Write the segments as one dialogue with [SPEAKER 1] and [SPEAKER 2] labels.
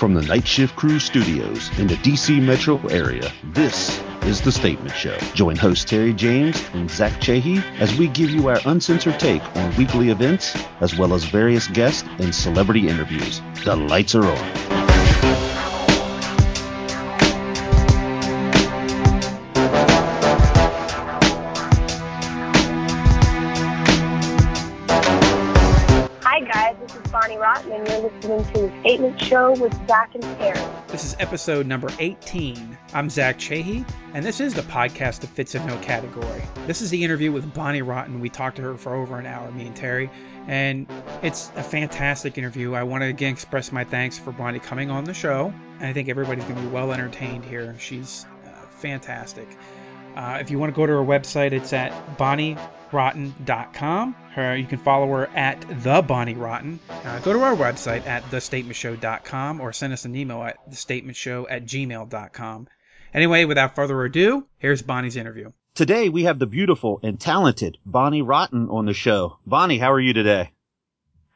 [SPEAKER 1] the Night Shift Crew studios in the DC metro area, this is The Statement Show. Join host Terry James and Zach Chahee as we give you our uncensored take on weekly events, as well as various guests and celebrity interviews. The lights are on.
[SPEAKER 2] Hi guys, this is Bonnie Rotten, and you're listening to the Statement Show with Zach and Terry.
[SPEAKER 3] This is episode number 18. I'm Zach Chahee, and this is the podcast that fits in no category. This is the interview with Bonnie Rotten. We talked to her for over an hour, me and Terry, and it's a fantastic interview. I want to again express my thanks for Bonnie coming on the show, and I think everybody's going to be well entertained here. She's uh, fantastic. Uh, if you want to go to her website, it's at bonnierotten.com. Her, you can follow her at the Bonnie Rotten. Uh, go to our website at thestatementshow.com or send us an email at thestatementshow at gmail.com. Anyway, without further ado, here's Bonnie's interview.
[SPEAKER 1] Today we have the beautiful and talented Bonnie Rotten on the show. Bonnie, how are you today?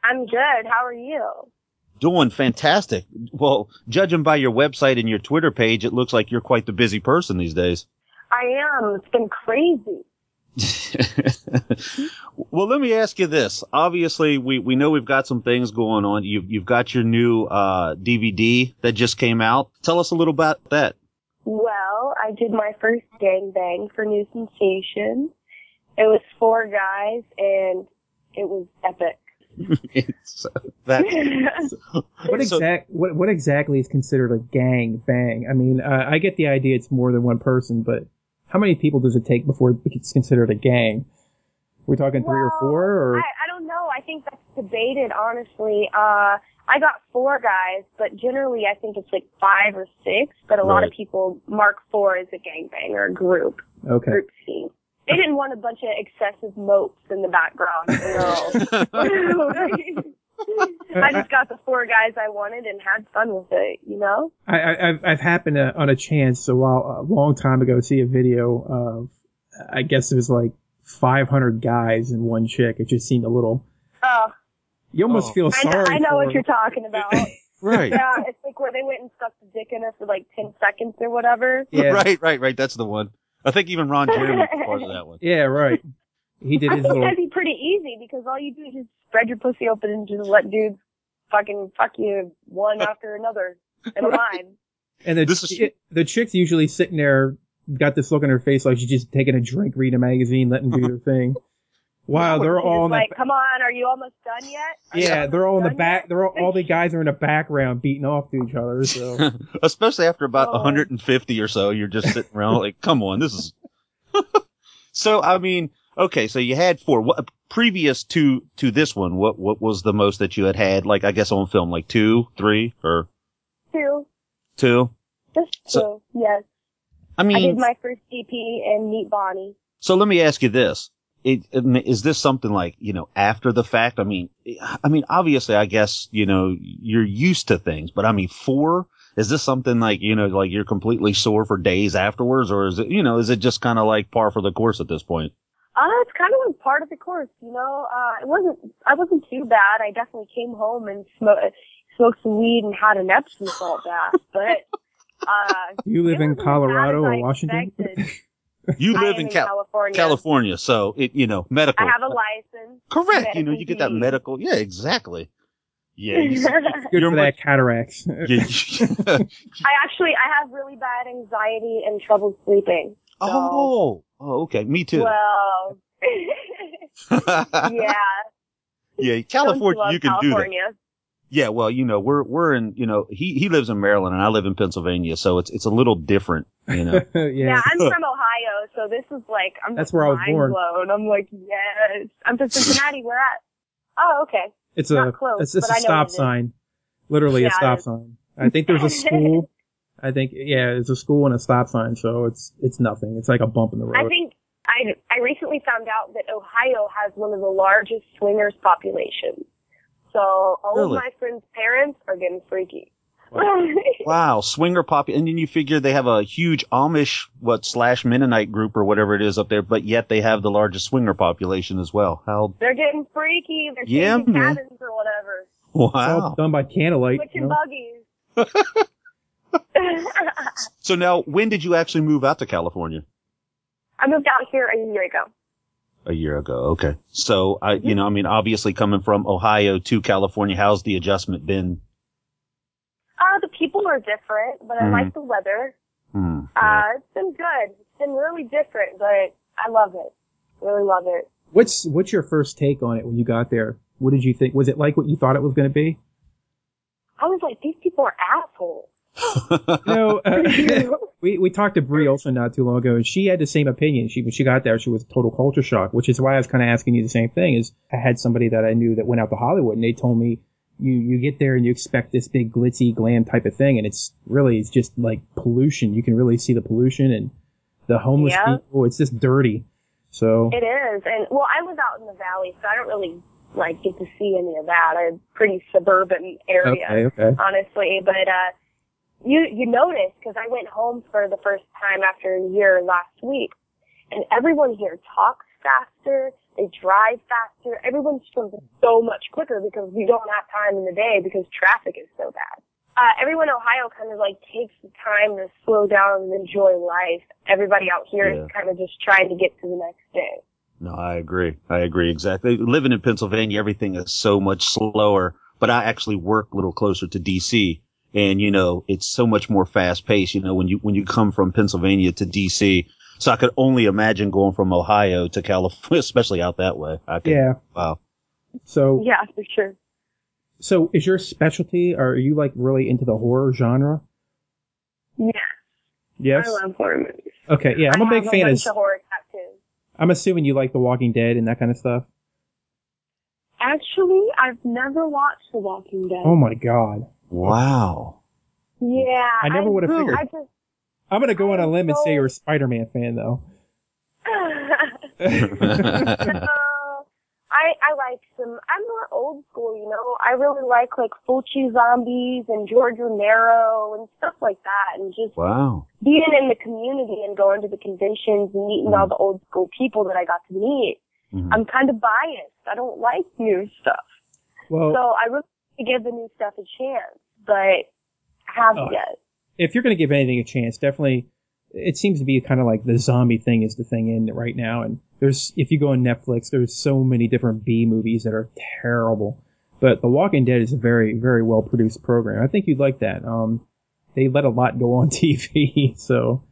[SPEAKER 2] I'm good. How are you?
[SPEAKER 1] Doing fantastic. Well, judging by your website and your Twitter page, it looks like you're quite the busy person these days.
[SPEAKER 2] I am. It's been crazy.
[SPEAKER 1] well, let me ask you this. Obviously, we, we know we've got some things going on. You've, you've got your new uh, DVD that just came out. Tell us a little about that.
[SPEAKER 2] Well, I did my first gangbang for New Sensation. It was four guys, and it was epic.
[SPEAKER 1] So that,
[SPEAKER 3] What
[SPEAKER 1] so-
[SPEAKER 3] exact what, what exactly is considered a gang bang? I mean, uh, I get the idea it's more than one person, but how many people does it take before it's considered a gang? We're talking three or
[SPEAKER 2] Well,
[SPEAKER 3] four, or
[SPEAKER 2] I, I don't know. I think that's debated, honestly. Uh, I got four guys, but generally I think it's like five or six, but a lot of
[SPEAKER 1] Right.
[SPEAKER 2] people mark four as a gangbang or a group,
[SPEAKER 3] okay.
[SPEAKER 2] group scene. They didn't want a bunch of excessive mopes in the background. So.
[SPEAKER 3] Uh,
[SPEAKER 2] I just got the four guys I wanted and had fun with it, you know?
[SPEAKER 4] I, I, I've, I've happened to, on a chance a while a long time ago see a video of I guess it was like 500 guys and one chick. It just seemed a little.
[SPEAKER 2] Oh,
[SPEAKER 4] You almost
[SPEAKER 1] Oh.
[SPEAKER 4] feel
[SPEAKER 2] I know,
[SPEAKER 4] sorry.
[SPEAKER 2] I know
[SPEAKER 4] for
[SPEAKER 2] what
[SPEAKER 4] them.
[SPEAKER 2] you're talking about.
[SPEAKER 1] right.
[SPEAKER 2] yeah, it's like where they went and stuck the dick in her for like 10 seconds or whatever.
[SPEAKER 4] Yeah,
[SPEAKER 1] Right, right, right. That's the one. I think even Ron Jeremy was part of that one.
[SPEAKER 4] yeah, right. He did
[SPEAKER 2] I
[SPEAKER 4] his
[SPEAKER 2] think
[SPEAKER 4] little.
[SPEAKER 2] that'd be pretty easy because all you do is just spread your pussy open and just let dudes fucking fuck you one after another in a line.
[SPEAKER 4] And the
[SPEAKER 1] This is-
[SPEAKER 4] chi- the chick's usually sitting there, got this look on her face like she's just taking a drink, reading a magazine, letting them do their thing. Wow,
[SPEAKER 2] Where
[SPEAKER 4] they're
[SPEAKER 2] she's
[SPEAKER 4] all
[SPEAKER 2] just
[SPEAKER 4] in
[SPEAKER 2] like,
[SPEAKER 4] the.
[SPEAKER 2] come on, are you almost done yet? Are you
[SPEAKER 4] Yeah,
[SPEAKER 2] almost
[SPEAKER 4] they're all in the
[SPEAKER 2] done
[SPEAKER 4] back.
[SPEAKER 2] yet?"
[SPEAKER 4] They're all, all the guys are in the background beating off to each other. So
[SPEAKER 1] Especially after about
[SPEAKER 2] Oh.
[SPEAKER 1] 150 or so, you're just sitting around like, come on, this is. so I mean, okay, so you had four. What previous to to this one? What what was the most that you had had? Like I guess on film, like two, three, or
[SPEAKER 2] Two.
[SPEAKER 1] two.
[SPEAKER 2] Just two.
[SPEAKER 1] So-
[SPEAKER 2] yes.
[SPEAKER 1] I mean,
[SPEAKER 2] I did my first DP and Meet Bonnie.
[SPEAKER 1] So let me ask you this. It, is this something like, you know, after the fact? I mean, I mean, obviously, I guess, you know, you're used to things, but I mean, four, is this something like, you know, like you're completely sore for days afterwards? Or is it, you know, is it just kind of like par for the course at this point?
[SPEAKER 2] Uh, it's kind of like part of the course, you know. Uh, it wasn't, I wasn't too bad. I definitely came home and smoked, smoked some weed and had an Epsom salt bath, but, uh,
[SPEAKER 4] do you live
[SPEAKER 2] it
[SPEAKER 4] in
[SPEAKER 2] wasn't as bad
[SPEAKER 4] Colorado
[SPEAKER 2] as
[SPEAKER 4] or
[SPEAKER 2] I
[SPEAKER 4] Washington?
[SPEAKER 2] expected.
[SPEAKER 1] You
[SPEAKER 2] I
[SPEAKER 1] live
[SPEAKER 2] am
[SPEAKER 1] in
[SPEAKER 2] in
[SPEAKER 1] Cal-
[SPEAKER 2] California.
[SPEAKER 1] California, so it, you know, medical.
[SPEAKER 2] I have a license.
[SPEAKER 1] Correct. You know, you get that
[SPEAKER 2] Medical
[SPEAKER 1] medical. Yeah, exactly. Yeah. you-
[SPEAKER 4] Good
[SPEAKER 1] You're
[SPEAKER 4] for
[SPEAKER 1] much-
[SPEAKER 4] that cataracts.
[SPEAKER 1] yeah, you-
[SPEAKER 2] I actually I have really bad anxiety and trouble sleeping.
[SPEAKER 1] oh, oh, okay. Me too.
[SPEAKER 2] Well, yeah.
[SPEAKER 1] yeah. California,
[SPEAKER 2] Don't
[SPEAKER 1] you can do that.
[SPEAKER 2] California.
[SPEAKER 1] Yeah, well, you know, we're we're in, you know, he he lives in Maryland and I live in Pennsylvania, so it's it's a little different, you know.
[SPEAKER 4] yeah.
[SPEAKER 2] Yeah, I'm from Ohio, so this is like I'm
[SPEAKER 4] That's where I was
[SPEAKER 2] mind
[SPEAKER 4] born.
[SPEAKER 2] blown. I'm like, yes. I'm from Cincinnati. Where at? Oh, okay.
[SPEAKER 4] It's
[SPEAKER 2] Not
[SPEAKER 4] a
[SPEAKER 2] close,
[SPEAKER 4] it's, it's
[SPEAKER 2] but I
[SPEAKER 4] a
[SPEAKER 2] know
[SPEAKER 4] stop
[SPEAKER 2] it is.
[SPEAKER 4] sign, literally
[SPEAKER 2] Yeah,
[SPEAKER 4] a stop
[SPEAKER 2] it-
[SPEAKER 4] sign. I think there's a school. I think yeah, it's a school and a stop sign, so it's it's nothing. It's like a bump in the
[SPEAKER 2] I
[SPEAKER 4] road.
[SPEAKER 2] think I I recently found out that Ohio has one of the largest swingers populations. So all
[SPEAKER 1] Really?
[SPEAKER 2] of my friends' parents are getting freaky.
[SPEAKER 1] Wow, swinger pop, and then you figure they have a huge Amish what slash Mennonite group or whatever it is up there, but yet they have the largest swinger population as well. How
[SPEAKER 2] They're getting freaky. They're
[SPEAKER 1] Yeah,
[SPEAKER 2] changing
[SPEAKER 1] man.
[SPEAKER 2] cabins or whatever.
[SPEAKER 4] it's all
[SPEAKER 1] wow,
[SPEAKER 4] done by candlelight.
[SPEAKER 2] Switching
[SPEAKER 4] You know?
[SPEAKER 2] buggies.
[SPEAKER 1] So now, when did you actually move out to California?
[SPEAKER 2] I moved out here a year ago.
[SPEAKER 1] A year ago. Okay. So I, you know, I mean, obviously coming from Ohio to California, how's the adjustment been?
[SPEAKER 2] Uh, the people are different, but I
[SPEAKER 4] Mm-hmm.
[SPEAKER 1] Mhm.
[SPEAKER 2] like the weather.
[SPEAKER 1] Hmm.
[SPEAKER 2] Uh, it's been good. It's been really different, but I love it. Really love it.
[SPEAKER 4] What's what's your first take on it when you got there? What did you think? Was it like what you thought it was going to be?
[SPEAKER 2] I was like, these people are assholes.
[SPEAKER 4] No. Uh, we we talked to Brie Olson not too long ago, and she had the same opinion. She when she got there, she was total culture shock, which is why I was kind of asking you the same thing. Is I had somebody that I knew that went out to Hollywood, and they told me you you get there and you expect this big glitzy glam type of thing, and it's really it's just like pollution. You can really see the pollution and the homeless
[SPEAKER 2] Yeah.
[SPEAKER 4] people. It's just dirty. So
[SPEAKER 2] It is, and well, I was out in the valley, so I don't really like get to see any of that. I'm pretty suburban area,
[SPEAKER 4] okay, okay.
[SPEAKER 2] honestly. But uh, you you notice because I went home for the first time after a year last week, and everyone here talks faster. They drive faster. Everyone's moving so much quicker because we don't have time in the day because traffic is so bad. Uh, everyone in Ohio kind of like takes the time to slow down and enjoy life. Everybody out here is kind of just trying to get to the next day.
[SPEAKER 1] No, I agree. I agree exactly. Living in Pennsylvania, everything is so much slower, but I actually work a little closer to DC and you know, it's so much more fast paced, you know, when you, when you come from Pennsylvania to DC. So I could only imagine going from Ohio to California, especially out that way. I could,
[SPEAKER 4] Yeah.
[SPEAKER 1] Wow.
[SPEAKER 4] So
[SPEAKER 2] Yeah, for sure.
[SPEAKER 4] so is your specialty? Or are you like really into the horror genre?
[SPEAKER 2] Yeah,
[SPEAKER 4] Yes.
[SPEAKER 2] I love horror movies.
[SPEAKER 4] Okay. Yeah, I'm a
[SPEAKER 2] I
[SPEAKER 4] big
[SPEAKER 2] have
[SPEAKER 4] fan
[SPEAKER 2] a
[SPEAKER 4] of.
[SPEAKER 2] bunch of horror tattoos.
[SPEAKER 4] I'm assuming you like The Walking Dead and that kind of stuff.
[SPEAKER 2] Actually, I've never watched The Walking Dead.
[SPEAKER 4] Oh my god.
[SPEAKER 1] Wow.
[SPEAKER 2] yeah,
[SPEAKER 4] I never would've
[SPEAKER 2] I-
[SPEAKER 4] figured.
[SPEAKER 2] I just
[SPEAKER 4] I'm gonna go on a
[SPEAKER 2] I'm
[SPEAKER 4] limb and
[SPEAKER 2] so-
[SPEAKER 4] say you're a Spider-Man fan though.
[SPEAKER 2] Uh, I I like some. I'm more old school, you know. I really like like Fulci zombies and George Romero and stuff like that, and just
[SPEAKER 1] wow.
[SPEAKER 2] being in the community and going to the conventions and meeting
[SPEAKER 4] Mm.
[SPEAKER 2] all the old school people that I got to meet.
[SPEAKER 1] Mhm.
[SPEAKER 2] I'm kind of biased. I don't like new stuff,
[SPEAKER 4] well,
[SPEAKER 2] so I really want to give the new stuff a chance, but haven't
[SPEAKER 4] Oh.
[SPEAKER 2] yet.
[SPEAKER 4] if you're gonna give anything a chance, definitely. It seems to be kind of like the zombie thing is the thing in it right now, and there's if you go on Netflix, there's so many different B movies that are terrible. But The Walking Dead is a very, very well produced program. I think you'd like that. Um, they let a lot go on TV, so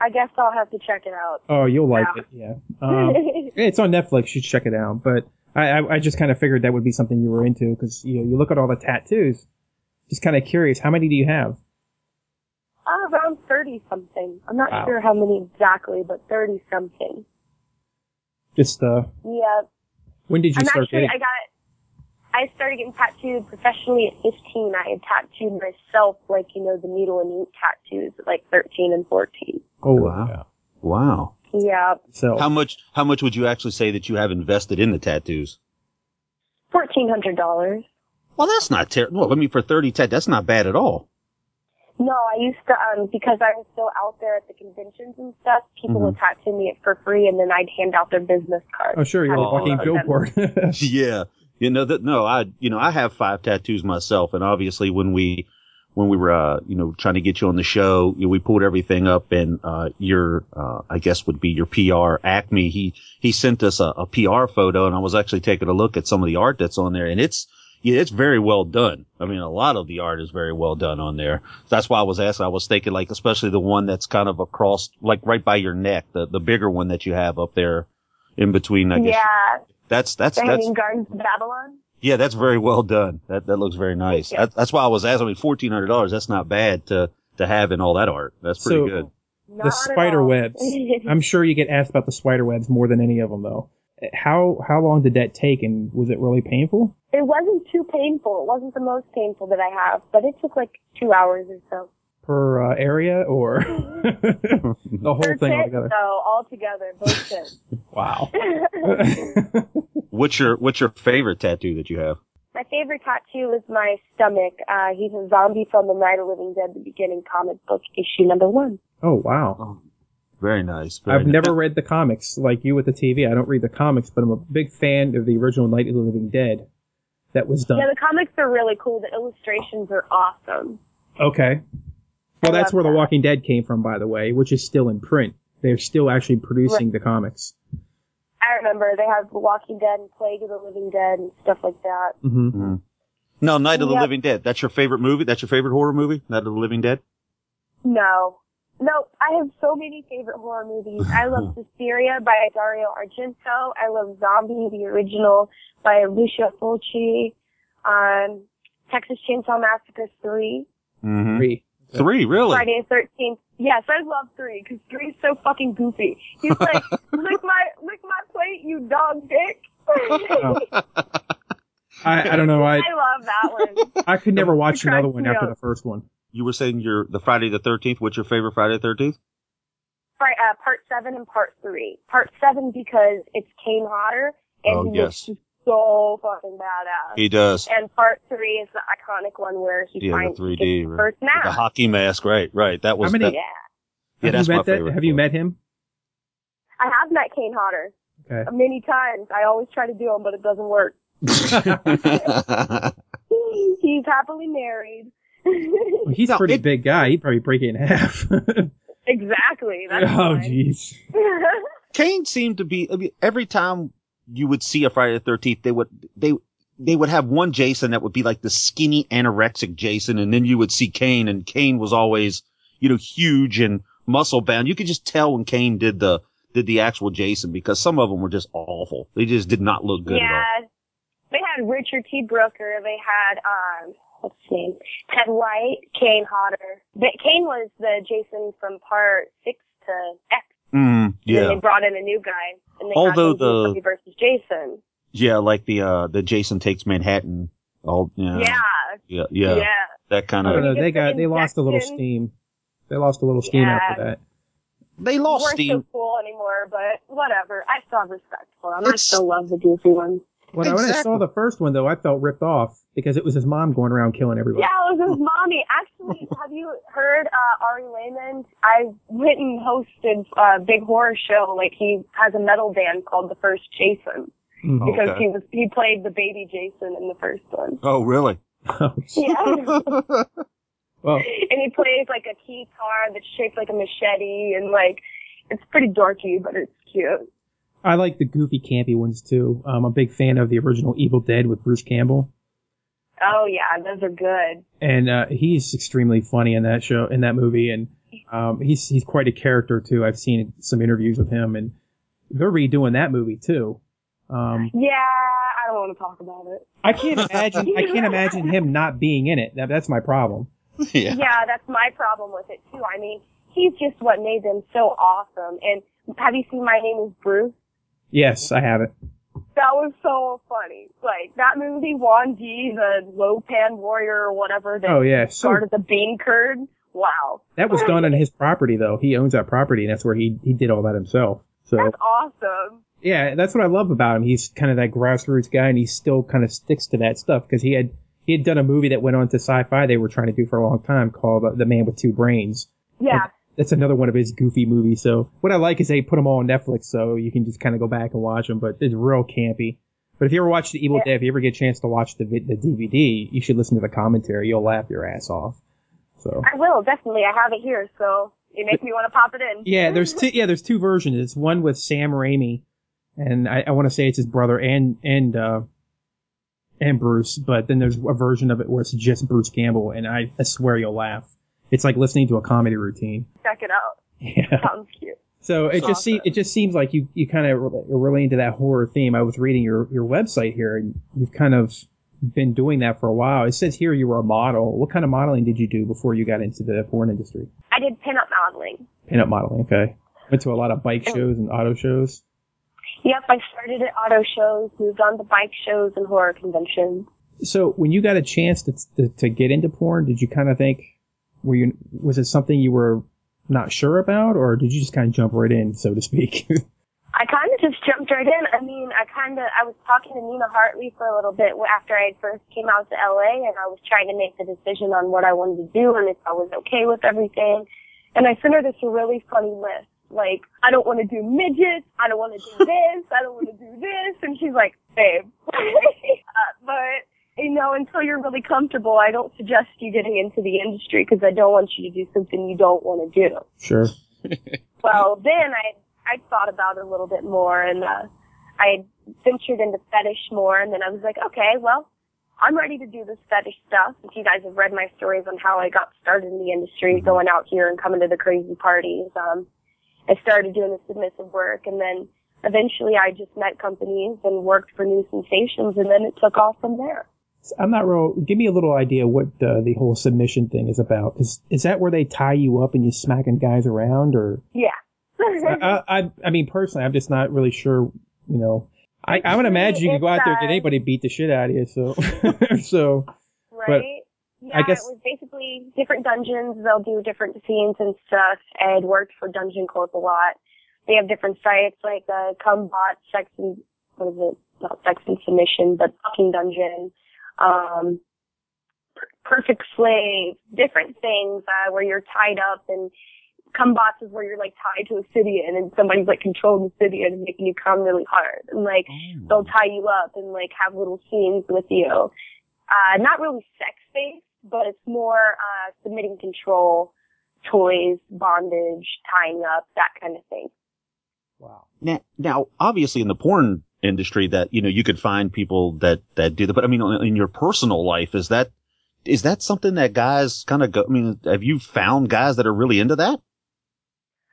[SPEAKER 2] I guess I'll have to check it out.
[SPEAKER 4] oh, you'll like
[SPEAKER 2] Yeah.
[SPEAKER 4] it. Yeah. Um, Yeah, it's on Netflix. You should check it out. But I, I, I just kind of figured that would be something you were into because you know, you look at all the tattoos. Just kind of curious, how many do you have?
[SPEAKER 2] Uh, around 30 something. I'm not
[SPEAKER 4] Wow.
[SPEAKER 2] sure how many exactly, but 30 something.
[SPEAKER 4] Just uh,
[SPEAKER 2] Yeah.
[SPEAKER 4] when did you
[SPEAKER 2] I'm
[SPEAKER 4] start
[SPEAKER 2] actually,
[SPEAKER 4] getting?
[SPEAKER 2] I got, I started getting tattooed professionally at 15. I had tattooed myself, like, you know, the needle and ink tattoos at like 13 and 14.
[SPEAKER 4] oh
[SPEAKER 1] Wow. Wow.
[SPEAKER 2] Yeah.
[SPEAKER 4] So
[SPEAKER 1] How much, how much would you actually say that you have invested in the tattoos?
[SPEAKER 2] $1,400.
[SPEAKER 1] Well, that's not terrible. Well, I mean, for 30 tat, that's not bad at all.
[SPEAKER 2] No, I used to, um, because I was still out there at the conventions and stuff, people
[SPEAKER 1] Mhm.
[SPEAKER 2] would tattoo me it for free and then I'd hand out their business cards.
[SPEAKER 4] Mm-hmm. oh sure, you're
[SPEAKER 2] I
[SPEAKER 4] a
[SPEAKER 2] don't
[SPEAKER 1] uh,
[SPEAKER 4] walking
[SPEAKER 2] know.
[SPEAKER 4] billboard.
[SPEAKER 1] yeah you know that no i you know i have five tattoos myself and obviously when we when we were uh you know trying to get you on the show you know, we pulled everything up and uh your uh i guess would be your pr acme he he sent us a, a pr photo and i was actually taking a look at some of the art that's on there and it's yeah, it's very well done. I mean, a lot of the art is very well done on there. That's why I was asking. I was thinking, like, especially the one that's kind of across, like, right by your neck, the the bigger one that you have up there, in between. I guess
[SPEAKER 2] yeah.
[SPEAKER 1] that's that's
[SPEAKER 2] The
[SPEAKER 1] that's
[SPEAKER 2] Hanging Gardens of Babylon.
[SPEAKER 1] yeah, that's very well done. That that looks very nice.
[SPEAKER 2] Yeah.
[SPEAKER 1] That, that's why I was asking. I mean, fourteen hundred dollars. That's not bad to to have in all that art. That's pretty
[SPEAKER 4] So-
[SPEAKER 1] good.
[SPEAKER 2] Not
[SPEAKER 4] the
[SPEAKER 2] at
[SPEAKER 4] spider
[SPEAKER 2] all.
[SPEAKER 4] webs. I'm sure you get asked about the spider webs more than any of them though. How how long did that take, and was it really painful?
[SPEAKER 2] It wasn't too painful. It wasn't the most painful that I have, but it took like two hours or so.
[SPEAKER 4] Per uh, area or the whole
[SPEAKER 2] Per
[SPEAKER 4] thing
[SPEAKER 2] tit,
[SPEAKER 4] altogether?
[SPEAKER 2] So all together, both tits.
[SPEAKER 4] Wow.
[SPEAKER 1] What's your what's your favorite tattoo that you have?
[SPEAKER 2] my favorite tattoo is my stomach. Uh, he's a zombie from the Night of the Living Dead, the beginning comic book issue number one.
[SPEAKER 4] oh wow.
[SPEAKER 1] Very nice. Very
[SPEAKER 4] I've
[SPEAKER 1] nice.
[SPEAKER 4] never read the comics like you with the TV. I don't read the comics, but I'm a big fan of the original Night of the Living Dead that was done.
[SPEAKER 2] Yeah, the comics are really cool. The illustrations are awesome.
[SPEAKER 4] Okay. Well,
[SPEAKER 2] I love
[SPEAKER 4] that's where The
[SPEAKER 2] that.
[SPEAKER 4] Walking Dead came from, by the way, which is still in print. They're still actually producing the comics.
[SPEAKER 2] I remember they have The Walking Dead and Plague of the Living Dead and stuff like that.
[SPEAKER 4] hmm
[SPEAKER 1] No, Night of the
[SPEAKER 2] Yep.
[SPEAKER 1] Living Dead. That's your favorite movie? That's your favorite horror movie? Night of the Living Dead?
[SPEAKER 2] No. No, I have so many favorite horror movies. I love Suspiria by Dario Argento. I love Zombie, the original, by Lucio Fulci. Um, Texas Chainsaw Massacre 3.
[SPEAKER 1] Mm-hmm.
[SPEAKER 4] Three.
[SPEAKER 1] Three, really?
[SPEAKER 2] Friday the 13th. Yes, I love 3, because 3 is so fucking goofy. He's like, lick my, lick my plate, you dog dick. I
[SPEAKER 4] I, I don't know. I
[SPEAKER 2] love that one.
[SPEAKER 4] I could never watch
[SPEAKER 2] It cracks
[SPEAKER 4] another one
[SPEAKER 2] me
[SPEAKER 4] after
[SPEAKER 2] up.
[SPEAKER 4] the first one.
[SPEAKER 1] You were saying your the Friday the Thirteenth. What's your favorite Friday the Thirteenth?
[SPEAKER 2] Fri- uh, part 7 and Part 3. Part 7 because it's Kane Hodder, and
[SPEAKER 1] Oh,
[SPEAKER 2] he
[SPEAKER 1] yes.
[SPEAKER 2] looks so fucking badass.
[SPEAKER 1] He does
[SPEAKER 2] And part three is the iconic one where he
[SPEAKER 1] Yeah, the
[SPEAKER 2] finds
[SPEAKER 1] 3D,
[SPEAKER 2] his
[SPEAKER 1] right.
[SPEAKER 2] first
[SPEAKER 1] With the
[SPEAKER 2] map.
[SPEAKER 1] hockey mask. Right, right. That was
[SPEAKER 4] How many-
[SPEAKER 1] that,
[SPEAKER 2] yeah.
[SPEAKER 1] yeah.
[SPEAKER 4] Have
[SPEAKER 1] That's
[SPEAKER 4] you
[SPEAKER 1] my
[SPEAKER 4] met that?
[SPEAKER 1] favorite.
[SPEAKER 4] Have you met him?
[SPEAKER 2] I have met Kane Hodder
[SPEAKER 4] Okay.
[SPEAKER 2] many times. I always try to do them, but it doesn't work.
[SPEAKER 1] met?
[SPEAKER 2] He's happily married.
[SPEAKER 4] Well, he's
[SPEAKER 1] No,
[SPEAKER 4] a pretty
[SPEAKER 1] it-
[SPEAKER 4] big guy. He'd probably break it in half.
[SPEAKER 2] exactly. That's
[SPEAKER 4] oh,
[SPEAKER 2] fine.
[SPEAKER 4] jeez.
[SPEAKER 1] Kane seemed to be I mean, every time you would see a Friday the Thirteenth, they would they they would have one Jason that would be like the skinny anorexic Jason, and then you would see Kane, and Kane was always you know huge and muscle bound. You could just tell when Kane did the did the actual Jason because some of them were just awful. They just did not look good
[SPEAKER 2] yeah. They had Richard T. Brooker. They had, um, what's his name? Ted White, Kane Hodder. But Kane was the Jason from part six to X.
[SPEAKER 1] at all. Mm,
[SPEAKER 2] And
[SPEAKER 1] yeah,
[SPEAKER 2] then they brought in a new guy. And they
[SPEAKER 1] Although
[SPEAKER 2] got him to
[SPEAKER 1] the-
[SPEAKER 2] Freddy versus Jason.
[SPEAKER 1] yeah, like the uh the Jason takes Manhattan. All yeah,
[SPEAKER 2] Yeah.
[SPEAKER 1] yeah,
[SPEAKER 2] Yeah.
[SPEAKER 1] yeah, that kind
[SPEAKER 4] I don't
[SPEAKER 1] of.
[SPEAKER 4] know. They got they lost a little
[SPEAKER 2] Injection.
[SPEAKER 4] steam. They lost a little steam
[SPEAKER 2] Yeah.
[SPEAKER 4] after that.
[SPEAKER 2] We
[SPEAKER 1] They lost
[SPEAKER 2] weren't
[SPEAKER 1] steam.
[SPEAKER 2] so cool anymore, but whatever. I still have respect for them. I
[SPEAKER 1] It's-
[SPEAKER 2] still love the goofy ones.
[SPEAKER 4] When, I- when I saw
[SPEAKER 1] Exactly.
[SPEAKER 4] the first one, though, I felt ripped off because it was his mom going around killing everybody.
[SPEAKER 2] Yeah, it was his mommy. Actually, have you heard uh, Ari Lehman? I went and hosted a big horror show. Like he has a metal band called The First Jason
[SPEAKER 4] Mhm.
[SPEAKER 1] Oh.
[SPEAKER 2] because
[SPEAKER 1] Okay.
[SPEAKER 2] he was he played the baby Jason in the first one.
[SPEAKER 1] Oh, really?
[SPEAKER 4] Oh,
[SPEAKER 2] Yeah, and
[SPEAKER 4] well,
[SPEAKER 2] he plays like a guitar that's shaped like a machete, and like it's pretty dorky, but it's cute.
[SPEAKER 4] I like the goofy, campy ones too. I'm a big fan of the original Evil Dead with Bruce Campbell,
[SPEAKER 2] Oh yeah, those are good.
[SPEAKER 4] and uh, he's extremely funny in that show, in that movie, and um, he's he's quite a character too. I've seen some interviews with him, and they're redoing that movie too. Um,
[SPEAKER 2] Yeah, I don't want to talk about it.
[SPEAKER 4] I can't imagine. I can't imagine him not being in it. That, that's my problem.
[SPEAKER 1] yeah.
[SPEAKER 2] Yeah, that's my problem with it too. I mean, he's just what made them so awesome. And have you seen My Name is Bruce?
[SPEAKER 4] Yes, I have it.
[SPEAKER 2] That was so funny. Like that movie, Juan D, the Lopan warrior or whatever that
[SPEAKER 4] Oh yeah, so
[SPEAKER 2] started the bean curd. Wow,
[SPEAKER 4] that was done on his property though. He owns that property, and that's where he he did all that himself. So
[SPEAKER 2] that's awesome.
[SPEAKER 4] yeah, that's what I love about him. He's kind of that grassroots guy, and he still kind of sticks to that stuff because he had he had done a movie that went on to sci-fi they were trying to do for a long time called uh, The Man with Two Brains.
[SPEAKER 2] Yeah,
[SPEAKER 4] That's another one of his goofy movies. So what I like is they put them all on Netflix, so you can just kind of go back and watch them. But it's real campy. But if you ever watch The Evil
[SPEAKER 2] Yeah.
[SPEAKER 4] Dead, if you ever get a chance to watch the vi- the DVD, you should listen to the commentary. You'll laugh your ass off. So
[SPEAKER 2] I will definitely. I have it here, so it makes me want to pop it in.
[SPEAKER 4] Yeah, there's two. Yeah, there's two versions. It's one with Sam Raimi, and I, I want to say it's his brother and and uh, and Bruce. But then there's a version of it where it's just Bruce Campbell, and I, I swear you'll laugh. It's like listening to a comedy routine.
[SPEAKER 2] Check it out.
[SPEAKER 4] Yeah.
[SPEAKER 2] Sounds cute.
[SPEAKER 4] So it just se-
[SPEAKER 2] Awesome.
[SPEAKER 4] it just seems like you you kind of are really into that horror theme. I was reading your your website here, and you've kind of been doing that for a while. It says here you were a model. What kind of modeling did you do before you got into the porn industry?
[SPEAKER 2] I did pinup modeling.
[SPEAKER 4] Pinup modeling. Okay. Went to a lot of bike shows and auto shows.
[SPEAKER 2] Yep, I started at auto shows, moved on to bike shows and horror conventions.
[SPEAKER 4] So when you got a chance to, to, to get into porn, did you kind of think, were you, was it something you were not sure about or did you just kind of jump right in, so to speak?
[SPEAKER 2] I kind of just jumped right in. I mean, I kind of I was talking to Nina Hartley for a little bit after I first came out to LA, and I was trying to make the decision on what I wanted to do and if I was okay with everything. And I sent her this really funny list, like I don't want to do midgets, I don't want to do this, I don't want to do this, and she's like, babe. uh, but you know, until you're really comfortable, I don't suggest you getting into the industry because I don't want you to do something you don't want to do.
[SPEAKER 4] Sure.
[SPEAKER 2] Well, then I I thought about it a little bit more, and uh, I ventured into fetish more, and then I was like, okay, well, I'm ready to do this fetish stuff. If you guys have read my stories on how I got started in the industry, going out here and coming to the crazy parties, um, I started doing the submissive work, and then eventually I just met companies and worked for New Sensations, and then it took off from there.
[SPEAKER 4] I'm not real. Give me a little idea what uh, the whole submission thing is about. Is is that where they tie you up and you smacking guys around, or
[SPEAKER 2] Yeah.
[SPEAKER 4] I, I, I- I mean, personally, I'm just not really sure. You know, I, I would imagine you could go out there and get anybody beat the shit out of you. So, so
[SPEAKER 2] right? yeah,
[SPEAKER 4] I guess-
[SPEAKER 2] it was basically different dungeons. They'll do different scenes and stuff. Ed worked for Dungeon Corp a lot. They have different sites like uh, Cumbot, Sex and what is it? Not Sex and Submission, but Fucking Dungeon, um, Per- Perfect Slave, different things uh, where you're tied up and. Cumbot is where you're like tied to a city and then somebody's like controlling the city and making you come really hard and like they'll tie you up and like have little scenes with you. Uh, not really sex based, but it's more uh, submitting control, toys, bondage, tying up, that kind of thing.
[SPEAKER 4] wow.
[SPEAKER 1] Now, now, obviously, in the porn industry, that you know, you could find people that that do that. But I mean, in your personal life, is that is that something that guys kind of go? I mean, have you found guys that are really into that?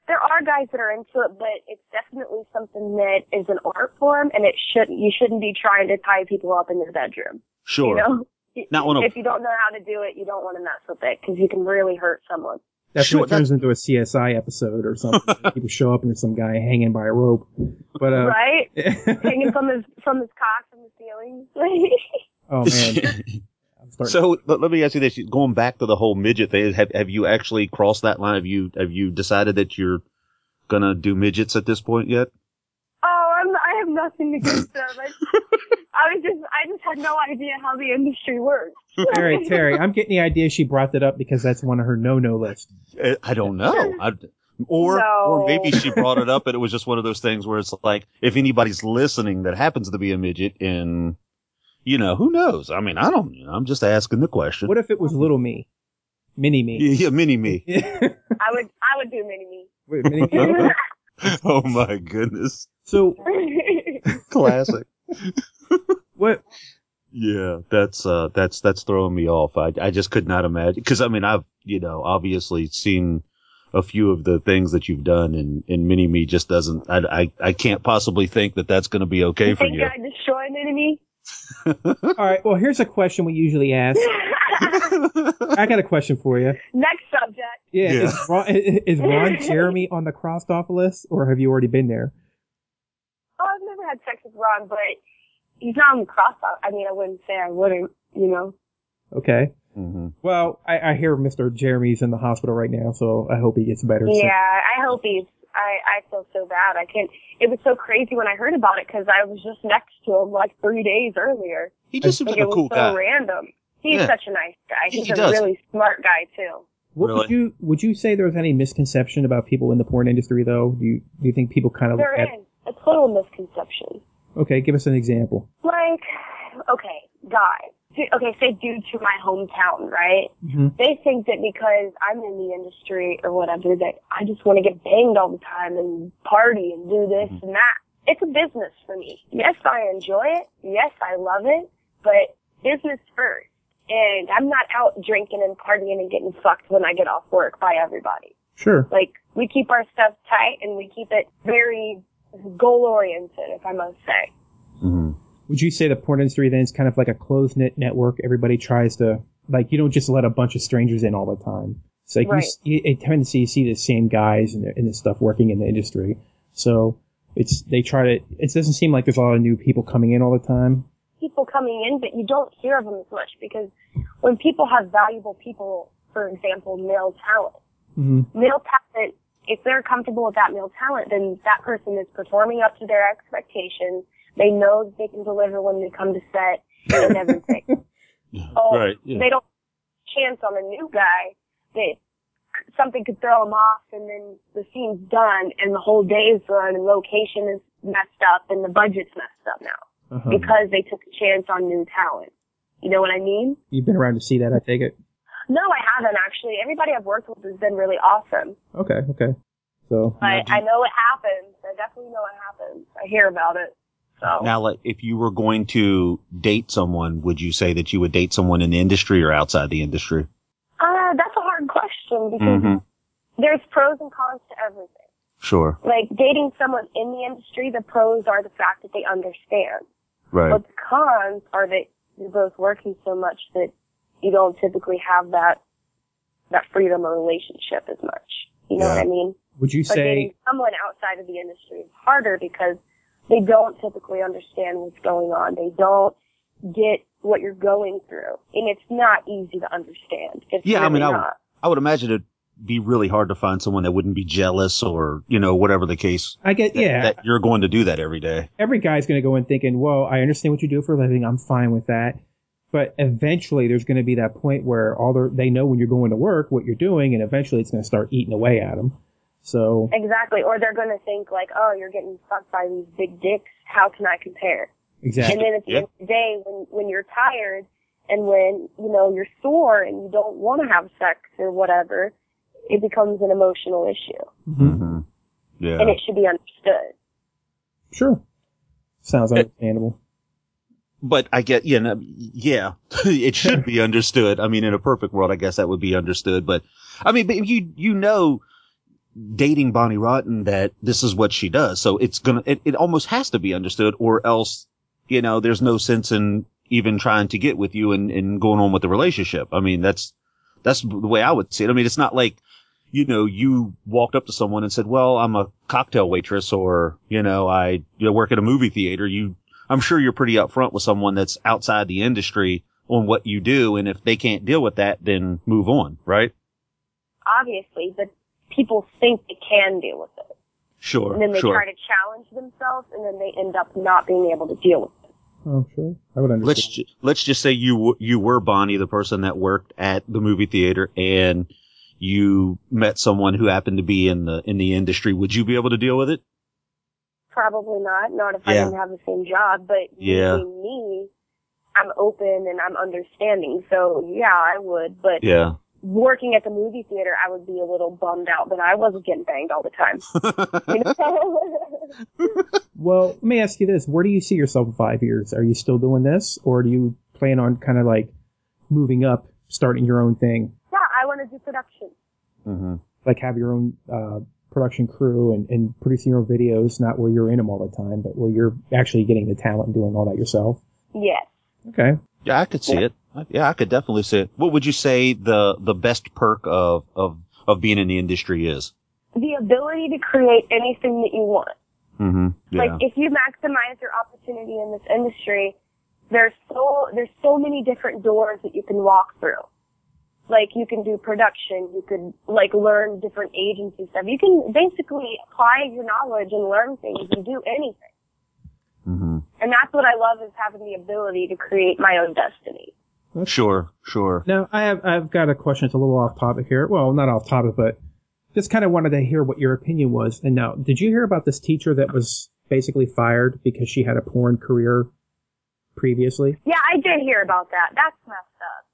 [SPEAKER 2] There are guys that are into it, but it's definitely something that is an art form, and it shouldn't. You shouldn't be trying to tie people up in their bedroom.
[SPEAKER 1] Sure.
[SPEAKER 2] You know.
[SPEAKER 1] Not one of-
[SPEAKER 2] if you don't know how to do it, you don't want to mess with it because you can really hurt someone.
[SPEAKER 4] That's
[SPEAKER 1] Sure,
[SPEAKER 4] when it turns into a CSI episode or something. People show up and there's some guy hanging by a rope. But uh,
[SPEAKER 2] right? Hanging from his from his cock from the ceiling.
[SPEAKER 4] oh man, I'm starting.
[SPEAKER 1] so let, let me ask you this: going back to the whole midget thing, have have you actually crossed that line? Have you have you decided that you're gonna do midgets at this point yet?
[SPEAKER 2] Oh, I'm, I have nothing against them. I, I was just, I just had no idea how the industry works.
[SPEAKER 4] All right, Terry, I'm getting the idea she brought that up because that's one of her no-no list.
[SPEAKER 1] Uh, I don't know. I, or
[SPEAKER 2] No.
[SPEAKER 1] or maybe she brought it up and it was just one of those things where it's like if anybody's listening that happens to be a midget and you know who knows? I mean, I don't. I'm just asking the question.
[SPEAKER 4] What if it was little me, mini me?
[SPEAKER 1] yeah, yeah, mini me.
[SPEAKER 2] I would, I would do mini me.
[SPEAKER 4] Wait, mini me.
[SPEAKER 1] Oh my goodness,
[SPEAKER 4] So
[SPEAKER 1] classic.
[SPEAKER 4] what?
[SPEAKER 1] Yeah, that's uh, that's that's throwing me off. I I just could not imagine because I mean I've you know obviously seen a few of the things that you've done and and mini me just doesn't. I I I can't possibly think that that's going to be okay
[SPEAKER 2] you
[SPEAKER 1] for
[SPEAKER 2] think
[SPEAKER 1] you.
[SPEAKER 2] I destroy an enemy?
[SPEAKER 4] All right. Well, here's a question we usually ask. I got a question for you.
[SPEAKER 2] Next subject.
[SPEAKER 4] Yeah,
[SPEAKER 1] Yeah.
[SPEAKER 4] Is, Ron, is Ron Jeremy on the crossed off list, or have you already been there?
[SPEAKER 2] Oh, I've never had sex with Ron, but he's not on the cross out. I mean, I wouldn't say I wouldn't, you know.
[SPEAKER 4] Okay.
[SPEAKER 1] Mhm.
[SPEAKER 4] Well, I, I hear Mr. Jeremy's in the hospital right now, so I hope he gets better. soon.
[SPEAKER 2] Yeah, I hope he's. I I feel so bad. I can't. It was so crazy when I heard about it because I was just next to him like three days earlier.
[SPEAKER 1] He just seems
[SPEAKER 2] Like
[SPEAKER 1] like
[SPEAKER 2] it
[SPEAKER 1] a
[SPEAKER 2] was
[SPEAKER 1] cool
[SPEAKER 2] so
[SPEAKER 1] guy.
[SPEAKER 2] random. He's
[SPEAKER 1] Yeah.
[SPEAKER 2] such a nice guy.
[SPEAKER 1] He-
[SPEAKER 2] He's
[SPEAKER 1] he
[SPEAKER 2] a
[SPEAKER 1] does.
[SPEAKER 2] really smart guy too.
[SPEAKER 4] What would
[SPEAKER 1] Really?
[SPEAKER 4] you would you say there was any misconception about people in the porn industry though? Do you do you think people kind of look
[SPEAKER 2] There
[SPEAKER 4] at
[SPEAKER 2] is a total misconception.
[SPEAKER 4] Okay, give us an example.
[SPEAKER 2] Like, okay, guys. Du- Okay, say due to my hometown, right?
[SPEAKER 1] Mm-hmm.
[SPEAKER 4] Mhm.
[SPEAKER 2] They think that because I'm in the industry or whatever, that I just want to get banged all the time and party and do this
[SPEAKER 1] Mm-hmm.
[SPEAKER 2] and that. It's a business for me. Yes, I enjoy it. Yes, I love it. But business first. And I'm not out drinking and partying and getting fucked when I get off work by everybody.
[SPEAKER 4] Sure.
[SPEAKER 2] Like we keep our stuff tight and we keep it very goal oriented, if I must say.
[SPEAKER 1] Mhm.
[SPEAKER 4] Would you say the porn industry then is kind of like a closed knit network? Everybody tries to like you don't just let a bunch of strangers in all the time. It's like you
[SPEAKER 2] Right.
[SPEAKER 4] s- you, a tendency you see the same guys and, and this stuff working in the industry. So it's they try to. It doesn't seem like there's a lot of new people coming in all the time.
[SPEAKER 2] People coming in, but you don't hear of them as much because when people have valuable people, for example, male talent,
[SPEAKER 4] Mm-hmm.
[SPEAKER 2] male talent, if they're comfortable with that male talent, then that person is performing up to their expectations. They know they can deliver when they come to set and everything. Oh,
[SPEAKER 1] Right. Yeah.
[SPEAKER 2] They don't chance on a new guy that something could throw him off and then the scene's done and the whole day is run and location is messed up and the budget's messed up now
[SPEAKER 1] Hmm.
[SPEAKER 4] Uh-huh.
[SPEAKER 2] because they took a chance on new talent. You know what I mean?
[SPEAKER 4] You've been around to see that, I take it.
[SPEAKER 2] No, I haven't actually. Everybody I've worked with has been really awesome.
[SPEAKER 4] Okay, okay. So
[SPEAKER 2] But I know it happens. I definitely know it happens. I hear about it. So
[SPEAKER 1] Now, like, if you were going to date someone, would you say that you would date someone in the industry or outside the industry?
[SPEAKER 2] uh, that's a hard question because
[SPEAKER 1] Mm-hmm.
[SPEAKER 2] there's pros and cons to everything.
[SPEAKER 1] Sure.
[SPEAKER 2] Like dating someone in the industry, the pros are the fact that they understand.
[SPEAKER 1] Right.
[SPEAKER 2] But the cons are that you're both working so much that you don't typically have that that freedom or relationship as much. You know
[SPEAKER 1] Yeah.
[SPEAKER 2] what I mean?
[SPEAKER 4] would you
[SPEAKER 2] But
[SPEAKER 4] say
[SPEAKER 2] dating someone outside of the industry is harder because they don't typically understand what's going on. They don't get what you're going through, and it's not easy to understand. It's
[SPEAKER 1] Yeah, I mean,
[SPEAKER 2] really
[SPEAKER 1] I would-
[SPEAKER 2] not.
[SPEAKER 1] I would imagine it'd be really hard to find someone that wouldn't be jealous or, you know, whatever the case.
[SPEAKER 4] I get
[SPEAKER 1] that-
[SPEAKER 4] yeah.
[SPEAKER 1] That you're going to do that every day.
[SPEAKER 4] every guy's going to go in thinking, "Well, I understand what you do for a living. I'm fine with that." But eventually, there's going to be that point where all the, they know when you're going to work, what you're doing, and eventually, it's going to start eating away at them. So
[SPEAKER 2] exactly. Or they're going to think like, "Oh, you're getting fucked by these big dicks. How can I compare?"
[SPEAKER 4] exactly,
[SPEAKER 2] And then at the
[SPEAKER 1] Yeah.
[SPEAKER 2] end of the day, when when you're tired and when you know you're sore and you don't want to have sex or whatever, it becomes an emotional issue,
[SPEAKER 1] Mm-hmm. Yeah.
[SPEAKER 2] and it should be understood.
[SPEAKER 4] sure, sounds understandable.
[SPEAKER 1] but I get, you know, yeah, it should be understood. I mean, in a perfect world, I guess that would be understood. But I mean, but you, you know, dating Bonnie Rotten that this is what she does. So it's going to, it, it almost has to be understood or else, you know, there's no sense in even trying to get with you and, and going on with the relationship. I mean, that's, that's the way I would see it. I mean, it's not like, you know, you walked up to someone and said, well, I'm a cocktail waitress or, you know, I you know, work at a movie theater. You, I'm sure you're pretty upfront with someone that's outside the industry on what you do. And if they can't deal with that, then move on. Right.
[SPEAKER 2] obviously, but people think they can deal with it.
[SPEAKER 1] Sure.
[SPEAKER 2] And then they
[SPEAKER 1] sure.
[SPEAKER 2] try to challenge themselves and then they end up not being able to deal with it.
[SPEAKER 4] Oh, sure, I would understand.
[SPEAKER 1] let's ju- let's just say you w- you were Bonnie, the person that worked at the movie theater, and you met someone who happened to be in the in the industry. Would you be able to deal with it?
[SPEAKER 2] Probably not, not if I
[SPEAKER 1] Yeah.
[SPEAKER 2] didn't have the same job, but
[SPEAKER 1] Yeah.
[SPEAKER 2] being me, I'm open and I'm understanding. So yeah, I would, but
[SPEAKER 1] Yeah.
[SPEAKER 2] working at the movie theater, I would be a little bummed out that I wasn't getting banged all the time. You know?
[SPEAKER 4] Well, let me ask you this: Where do you see yourself in five years? Are you still doing this, or do you plan on kind of like moving up, starting your own thing,
[SPEAKER 2] yeah, I want to do production.
[SPEAKER 1] hmm
[SPEAKER 4] like have your own uh, production crew and, and producing your own videos, not where you're in them all the time, but where you're actually getting the talent and doing all that yourself.
[SPEAKER 2] Yes.
[SPEAKER 4] Okay.
[SPEAKER 1] Yeah, I could see it. I- Yeah, I could definitely see it. What would you say the the best perk of of of being in the industry is?
[SPEAKER 2] The ability to create anything that you want.
[SPEAKER 1] Mm-hmm. Yeah.
[SPEAKER 2] Like if you maximize your opportunity in this industry, there's so there's so many different doors that you can walk through. Like you can do production, you could like learn different agency stuff. You can basically apply your knowledge and learn things and do anything.
[SPEAKER 1] hmm
[SPEAKER 2] And that's what I love is having the ability to create my own destiny.
[SPEAKER 1] Sure. Sure.
[SPEAKER 4] Now I have I've got a question. It's a little off topic here. Well, not off topic, but just kind of wanted to hear what your opinion was. And now, did you hear about this teacher that was basically fired because she had a porn career previously?
[SPEAKER 2] Yeah, I did hear about that. That's messed up.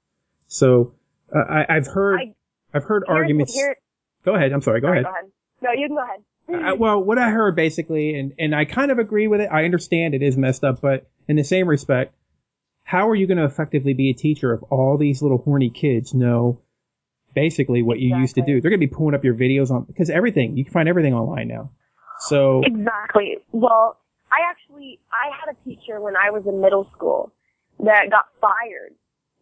[SPEAKER 4] So uh, I, I've heard
[SPEAKER 2] I-
[SPEAKER 4] I've heard
[SPEAKER 2] Here's-
[SPEAKER 4] arguments.
[SPEAKER 2] here-
[SPEAKER 4] go ahead. I'm sorry. Go ahead.
[SPEAKER 2] Go ahead. No, you can go ahead.
[SPEAKER 4] I, well, what I heard basically, and, and I kind of agree with it. I understand it is messed up, but in the same respect, how are you going to effectively be a teacher if all these little horny kids know basically what you used to
[SPEAKER 2] Exactly.
[SPEAKER 4] do? They're going to be pulling up your videos on because everything you can find everything online now. So
[SPEAKER 2] Exactly. Well, I actually I had a teacher when I was in middle school that got fired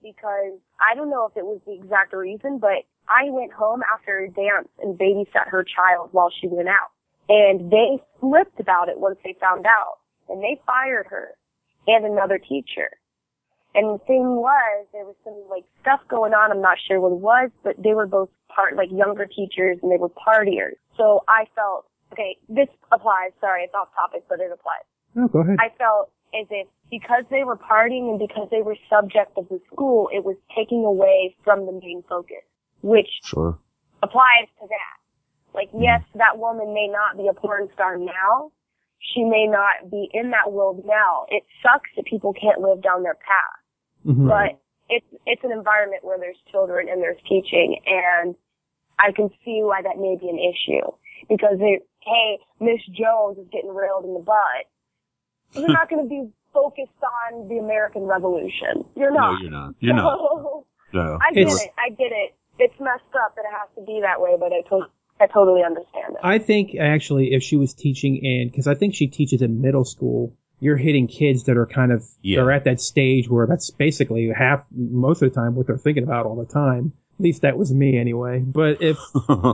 [SPEAKER 2] because I don't know if it was the exact reason, but I went home after a dance and babysat her child while she went out. And they flipped about it once they found out. And they fired her and another teacher. And the thing was, there was some like stuff going on. I'm not sure what it was, but they were both part like younger teachers and they were partiers. So I felt okay. This applies. Sorry, it's off topic, but it applies.
[SPEAKER 4] no, oh, go ahead.
[SPEAKER 2] I felt as if because they were partying and because they were subject of the school, it was taking away from the main focus, which
[SPEAKER 1] Sure.
[SPEAKER 2] applies to that. Like, yes, that woman may not be a porn star now. She may not be in that world now. It sucks that people can't live down their path.
[SPEAKER 4] Mhm.
[SPEAKER 2] but it's it's an environment where there's children and there's teaching and I can see why that may be an issue because they, hey, Miss Jones is getting railed in the butt. You're not going to be focused on the American Revolution. You're
[SPEAKER 1] No,
[SPEAKER 2] not.
[SPEAKER 1] you're not. You're not.
[SPEAKER 2] So,
[SPEAKER 1] No.
[SPEAKER 2] I get
[SPEAKER 4] It's-
[SPEAKER 2] it. I get it. It's messed up that it has to be that way, but I to- I totally understand it.
[SPEAKER 4] I think actually, if she was teaching in, because I think she teaches in middle school, you're hitting kids that are kind of
[SPEAKER 1] Yeah.
[SPEAKER 4] they're at that stage where that's basically half most of the time what they're thinking about all the time. At least that was me anyway. But if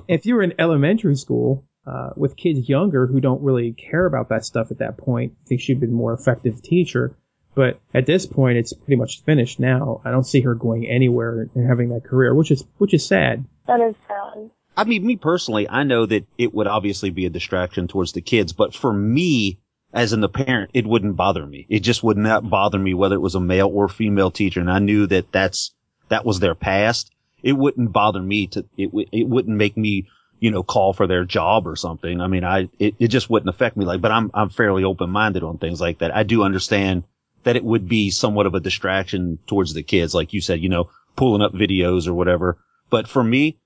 [SPEAKER 4] if you're in elementary school uh, with kids younger who don't really care about that stuff at that point, I think she'd been more effective teacher. But at this point, it's pretty much finished now. I don't see her going anywhere and having that career, which is which is sad.
[SPEAKER 2] That is um, sad.
[SPEAKER 1] I mean, me personally, I know that it would obviously be a distraction towards the kids, but for me, as in the parent, it wouldn't bother me. It just would not bother me whether it was a male or female teacher. And I knew that that's, that was their past. It wouldn't bother me to, it, wou- it wouldn't make me, you know, call for their job or something. I mean, I, it, it just wouldn't affect me. Like, but I'm, I'm fairly open minded on things like that. I do understand that it would be somewhat of a distraction towards the kids. Like you said, you know, pulling up videos or whatever. But for me,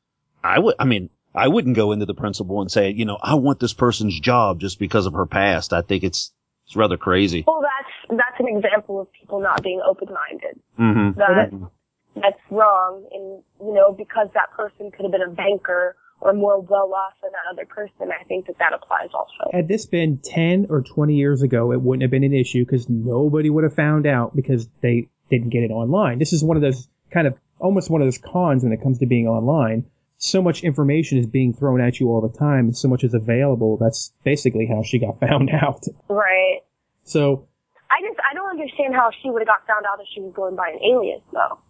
[SPEAKER 1] I would, I mean, I wouldn't go into the principal and say, you know, I want this person's job just because of her past. I think it's, it's rather crazy.
[SPEAKER 2] Well, that's that's an example of people not being open-minded.
[SPEAKER 1] Mm-hmm.
[SPEAKER 2] That that's wrong, and you know because that person could have been a banker or more well off than that other person. I think that that applies also.
[SPEAKER 4] Had this been 10 or 20 years ago, it wouldn't have been an issue because nobody would have found out because they didn't get it online. This is one of those kind of almost one of those cons when it comes to being online. So much information is being thrown at you all the time and so much is available. That's basically how she got found out.
[SPEAKER 2] Right.
[SPEAKER 4] So
[SPEAKER 2] I just I don't understand how she would have got found out if she was going by an alias though.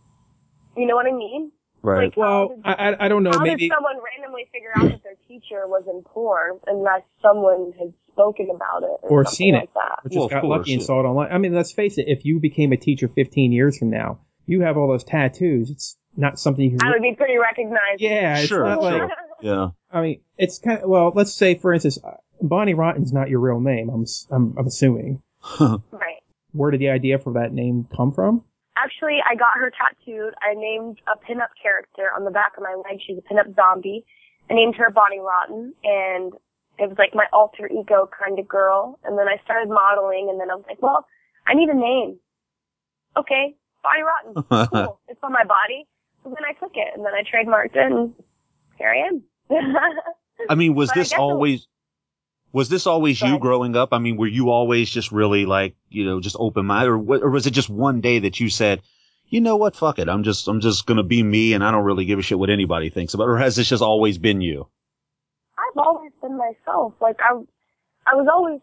[SPEAKER 2] You know what I mean?
[SPEAKER 1] Right.
[SPEAKER 2] Like,
[SPEAKER 4] Well, I, I- I don't know.
[SPEAKER 2] How
[SPEAKER 4] Maybe
[SPEAKER 2] did someone randomly figure out that their teacher was in porn unless someone had spoken about it or,
[SPEAKER 4] Or
[SPEAKER 2] something
[SPEAKER 4] seen it.
[SPEAKER 2] like that?
[SPEAKER 4] which
[SPEAKER 1] Well,
[SPEAKER 4] just
[SPEAKER 1] of
[SPEAKER 4] got
[SPEAKER 1] course,
[SPEAKER 4] lucky and
[SPEAKER 1] yeah.
[SPEAKER 4] saw it online. I mean, let's face it. If you became a teacher 15 years from now, you have all those tattoos. It's not something you can.
[SPEAKER 2] I would be pretty recognized.
[SPEAKER 4] yeah, it's
[SPEAKER 1] Sure,
[SPEAKER 4] not like-
[SPEAKER 1] sure. Yeah.
[SPEAKER 4] I mean, it's kind of well. Let's say, for instance, uh, Bonnie Rotten's not your real name. I'm s- I'm, I'm assuming.
[SPEAKER 2] Right.
[SPEAKER 4] Where did the idea for that name come from?
[SPEAKER 2] Actually, I got her tattooed. I named a pinup character on the back of my leg. She's a pinup zombie. I named her Bonnie Rotten, and it was like my alter ego kind of girl. And then I started modeling, and then I was like, well, I need a name. Okay, Bonnie Rotten. Cool. it's on my body. So then I took it, and then I trademarked it, and here I am.
[SPEAKER 1] I mean, was
[SPEAKER 2] But I
[SPEAKER 1] this
[SPEAKER 2] guess it-
[SPEAKER 1] always, was this always you
[SPEAKER 2] Right.
[SPEAKER 1] growing up? I mean, were you always just really like, you know, just open minded or what, or was it just one day that you said, you know what? Fuck it. I'm just, I'm just going to be me and I don't really give a shit what anybody thinks about, it," or has this just always been you?
[SPEAKER 2] I've always been myself. Like I, I was always.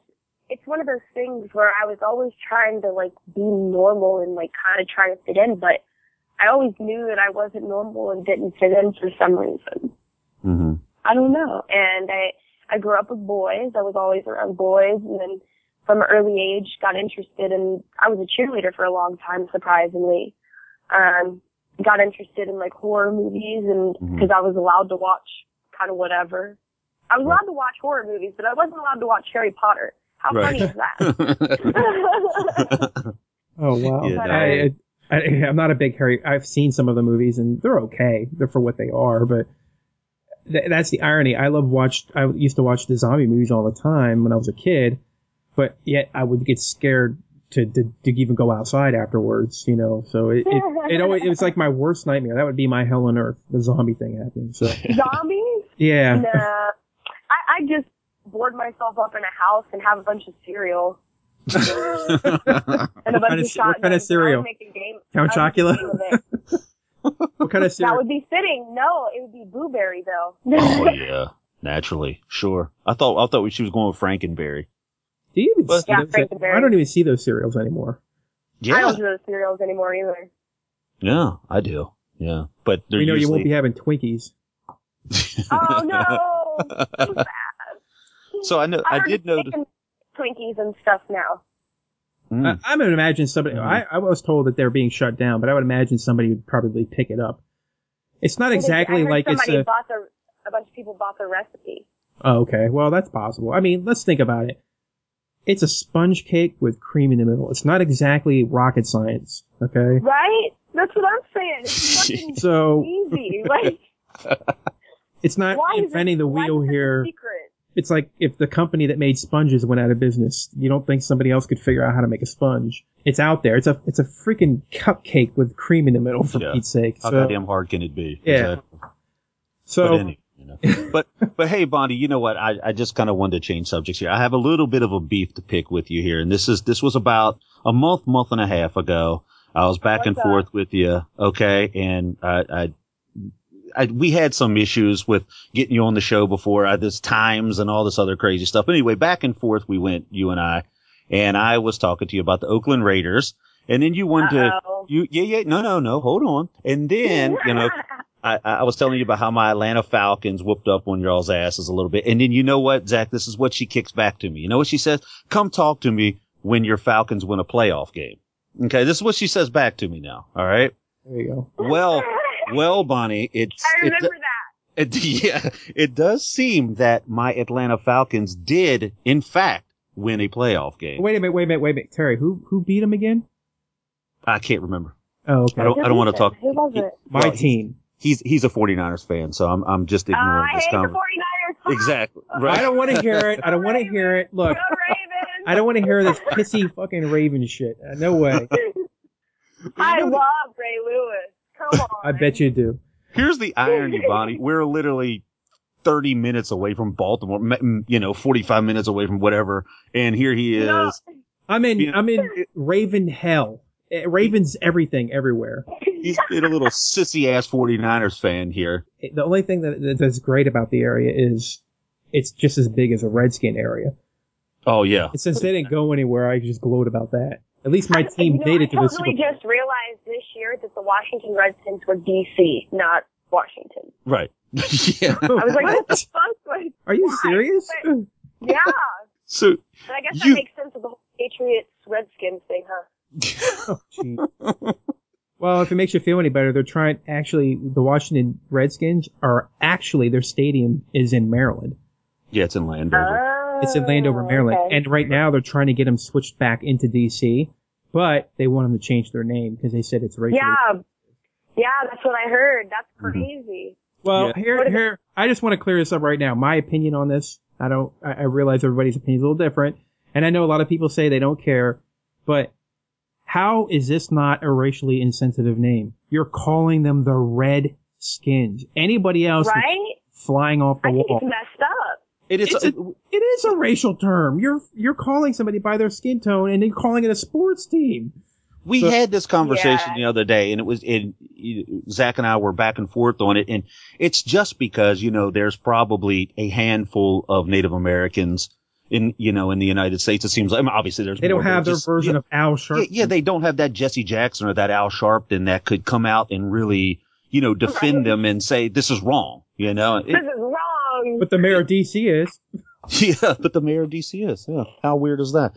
[SPEAKER 2] It's one of those things where I was always trying to like be normal and like kind of try to fit in, but I always knew that I wasn't normal and didn't fit in for some reason.
[SPEAKER 1] Mm-hmm.
[SPEAKER 2] I don't know. And I, I grew up with boys. I was always around boys, and then from an early age got interested in. I was a cheerleader for a long time, surprisingly. Um, got interested in like horror movies, and
[SPEAKER 1] Mhm.
[SPEAKER 2] because I was allowed to watch kind of whatever. I was allowed to watch horror movies, but I wasn't allowed to watch Harry Potter. How funny is that?
[SPEAKER 4] Oh wow!
[SPEAKER 1] Yeah,
[SPEAKER 4] I, I, I, I'm not a big Harry. I've seen some of the movies and they're okay. They're for what they are, but th- that's the irony. I love watched. I used to watch the zombie movies all the time when I was a kid, but yet I would get scared to to, to even go outside afterwards. You know, so it it, it always it was like my worst nightmare. That would be my hell on earth. The zombie thing happening. So
[SPEAKER 2] Zombies?
[SPEAKER 4] yeah.
[SPEAKER 2] Nah. uh, I, I just board myself up in a house and have a bunch of cereal and a bunch
[SPEAKER 4] What
[SPEAKER 2] of
[SPEAKER 4] kind of- what
[SPEAKER 2] shotguns.
[SPEAKER 4] kind of cereal?
[SPEAKER 2] I would make a game.
[SPEAKER 4] Count
[SPEAKER 2] I would make a
[SPEAKER 4] Chocula?
[SPEAKER 2] game of it.
[SPEAKER 4] What kind of
[SPEAKER 2] That
[SPEAKER 4] cereal?
[SPEAKER 2] would be fitting. No, it would be blueberry though.
[SPEAKER 1] oh yeah, naturally, sure. I thought I thought she was going with Frankenberry.
[SPEAKER 4] Do you even
[SPEAKER 1] Well,
[SPEAKER 4] see
[SPEAKER 2] yeah,
[SPEAKER 4] those? I don't even see those cereals anymore.
[SPEAKER 2] I
[SPEAKER 1] Yeah,
[SPEAKER 2] don't do those cereals anymore either.
[SPEAKER 1] yeah, I do. Yeah, but they're
[SPEAKER 4] we know you
[SPEAKER 1] usually
[SPEAKER 4] won't be having Twinkies.
[SPEAKER 2] Oh no! So sad.
[SPEAKER 1] so I know I,
[SPEAKER 2] heard
[SPEAKER 1] did
[SPEAKER 2] they're
[SPEAKER 1] notice.
[SPEAKER 2] making Twinkies and stuff now.
[SPEAKER 1] Mm.
[SPEAKER 4] I, I would imagine somebody.
[SPEAKER 1] Mhm.
[SPEAKER 4] I, I was told that they're being shut down, but I would imagine somebody would probably pick it up. It's not
[SPEAKER 2] I
[SPEAKER 4] exactly
[SPEAKER 2] heard
[SPEAKER 4] like it's
[SPEAKER 2] somebody
[SPEAKER 4] a.
[SPEAKER 2] bought the, a bunch of people bought the recipe.
[SPEAKER 4] Oh, okay, well that's possible. I mean, let's think about it. it's a sponge cake with cream in the middle. It's not exactly rocket science, okay?
[SPEAKER 2] Right? That's what I'm saying. It's fucking
[SPEAKER 4] So
[SPEAKER 2] easy. Like,
[SPEAKER 4] it's not
[SPEAKER 2] why is
[SPEAKER 4] inventing
[SPEAKER 2] it,
[SPEAKER 4] the
[SPEAKER 2] why
[SPEAKER 4] wheel
[SPEAKER 2] is it a
[SPEAKER 4] here.
[SPEAKER 2] secret?
[SPEAKER 4] It's like if the company that made sponges went out of business, you don't think somebody else could figure out how to make a sponge. It's out there. It's a it's a freaking cupcake with cream in the middle for
[SPEAKER 1] Yeah.
[SPEAKER 4] Pete's sake.
[SPEAKER 1] How
[SPEAKER 4] So,
[SPEAKER 1] goddamn hard can it be?
[SPEAKER 4] Yeah.
[SPEAKER 1] Exactly.
[SPEAKER 4] so
[SPEAKER 1] but, any, you know. but but hey, Bonnie, you know what? I, I just kind of wanted to change subjects here. I have a little bit of a beef to pick with you here, and this is this was about a month, month and a half ago. I was back and
[SPEAKER 2] What's up?
[SPEAKER 1] forth with you, okay, and I, I, I we had some issues with getting you on the show before. I, this times and all this other crazy stuff. But anyway, back and forth we went, you and I, and I was talking to you about the Oakland Raiders, and then you wanted to.
[SPEAKER 2] Uh-oh.
[SPEAKER 1] You, yeah, yeah, no, no, no, hold on. And then, you know, I, I I was telling you about how my Atlanta Falcons whooped up on y'all's asses a little bit. And then you know what, Zach? This is what she kicks back to me. You know what she says? Come talk to me when your Falcons win a playoff game. Okay. This is what she says back to me now. All right.
[SPEAKER 4] there you go.
[SPEAKER 1] Well, well, Bonnie, it's, uh,
[SPEAKER 2] I
[SPEAKER 1] it,
[SPEAKER 2] remember
[SPEAKER 1] it, yeah, it does seem that my Atlanta Falcons did, in fact, win a playoff game.
[SPEAKER 4] Wait a minute, wait a minute, wait a minute. Terry, who who beat him again?
[SPEAKER 1] I can't remember.
[SPEAKER 4] Oh, okay.
[SPEAKER 1] I don't,
[SPEAKER 2] that.
[SPEAKER 1] I don't want to talk.
[SPEAKER 2] Who was it?
[SPEAKER 4] My
[SPEAKER 1] well, he's-
[SPEAKER 4] team.
[SPEAKER 1] He's, he's a 49ers fan, so I'm, I'm just
[SPEAKER 2] Uh,
[SPEAKER 1] ignoring
[SPEAKER 2] I
[SPEAKER 1] this
[SPEAKER 2] hate the
[SPEAKER 1] conversation.
[SPEAKER 2] 49ers.
[SPEAKER 1] Exactly. Right.
[SPEAKER 4] I don't want to hear it. I don't want to hear it.
[SPEAKER 2] Go
[SPEAKER 4] Look,
[SPEAKER 2] Ravens.
[SPEAKER 4] I don't want to hear this pissy fucking Raven shit. Uh, No way.
[SPEAKER 2] I love Ray Lewis. Come on.
[SPEAKER 4] I bet you do.
[SPEAKER 1] Here's the irony, Bonnie. We're literally 30 minutes away from Baltimore, m- m- you know, 45 minutes away from whatever. And here he is.
[SPEAKER 2] No.
[SPEAKER 4] I'm in.
[SPEAKER 1] Yeah.
[SPEAKER 4] I'm in Raven hell. Uh, Ravens everything everywhere.
[SPEAKER 1] He's been a little sissy ass 49ers fan here.
[SPEAKER 4] The only thing that that- that's great about the area is it's just as big as a Redskin area.
[SPEAKER 1] Oh, yeah.
[SPEAKER 4] And since they didn't go anywhere, I just gloat about that. At least my
[SPEAKER 2] I-
[SPEAKER 4] team
[SPEAKER 2] you know,
[SPEAKER 4] made it to
[SPEAKER 2] I
[SPEAKER 4] the Super
[SPEAKER 2] totally
[SPEAKER 4] Bowl.
[SPEAKER 2] just realized this year that the Washington Redskins were DC, not Washington.
[SPEAKER 1] Right. yeah.
[SPEAKER 2] I was like, what, the
[SPEAKER 4] what?
[SPEAKER 2] fuck? Like,
[SPEAKER 4] Are you serious?
[SPEAKER 2] But- yeah.
[SPEAKER 1] So,
[SPEAKER 2] But I guess
[SPEAKER 1] You-
[SPEAKER 2] that makes sense of the whole Patriots Redskins thing, huh?
[SPEAKER 4] Oh, gee. well, if it makes you feel any better, they're trying. Actually, the Washington Redskins are actually their stadium is in Maryland.
[SPEAKER 1] yeah, it's in
[SPEAKER 2] Uh,
[SPEAKER 1] Landover.
[SPEAKER 4] It's in Landover, Maryland,
[SPEAKER 2] Oh, okay.
[SPEAKER 4] and right now they're trying to get them switched back into D.C., but they want them to change their name because they said it's racially.
[SPEAKER 2] yeah. Yeah, that's what I heard. That's
[SPEAKER 1] Mhm.
[SPEAKER 2] crazy.
[SPEAKER 4] Well,
[SPEAKER 1] Yeah.
[SPEAKER 4] here, here, I just want to clear this up right now. My opinion on this, I don't. I, I realize everybody's opinion is a little different, and I know a lot of people say they don't care, but how is this not a racially insensitive name? You're calling them the Red Skins. Anybody else is
[SPEAKER 2] Right?
[SPEAKER 4] flying off the
[SPEAKER 2] I think
[SPEAKER 4] wall?
[SPEAKER 2] it's messed up.
[SPEAKER 1] It is.
[SPEAKER 4] It's a, it is a racial term. You're you're calling somebody by their skin tone and then calling it a sports team.
[SPEAKER 1] we
[SPEAKER 4] So-
[SPEAKER 1] had this conversation
[SPEAKER 2] Yeah.
[SPEAKER 1] the other day and it was in Zach and I were back and forth on it and it's just because you know there's probably a handful of Native Americans in you know in the United States it seems like I mean, obviously there's
[SPEAKER 4] They don't
[SPEAKER 1] more, but
[SPEAKER 4] have
[SPEAKER 1] it
[SPEAKER 4] their
[SPEAKER 1] just-
[SPEAKER 4] version
[SPEAKER 1] yeah,
[SPEAKER 4] of Al Sharpton.
[SPEAKER 1] yeah, yeah they don't have that Jesse Jackson or that Al Sharpton that could come out and really you know defend
[SPEAKER 2] Right.
[SPEAKER 1] them and say this is wrong you know It-
[SPEAKER 2] This is wrong.
[SPEAKER 4] But the mayor of D.C. is.
[SPEAKER 1] yeah, but the mayor of DC is. Yeah, how weird is that?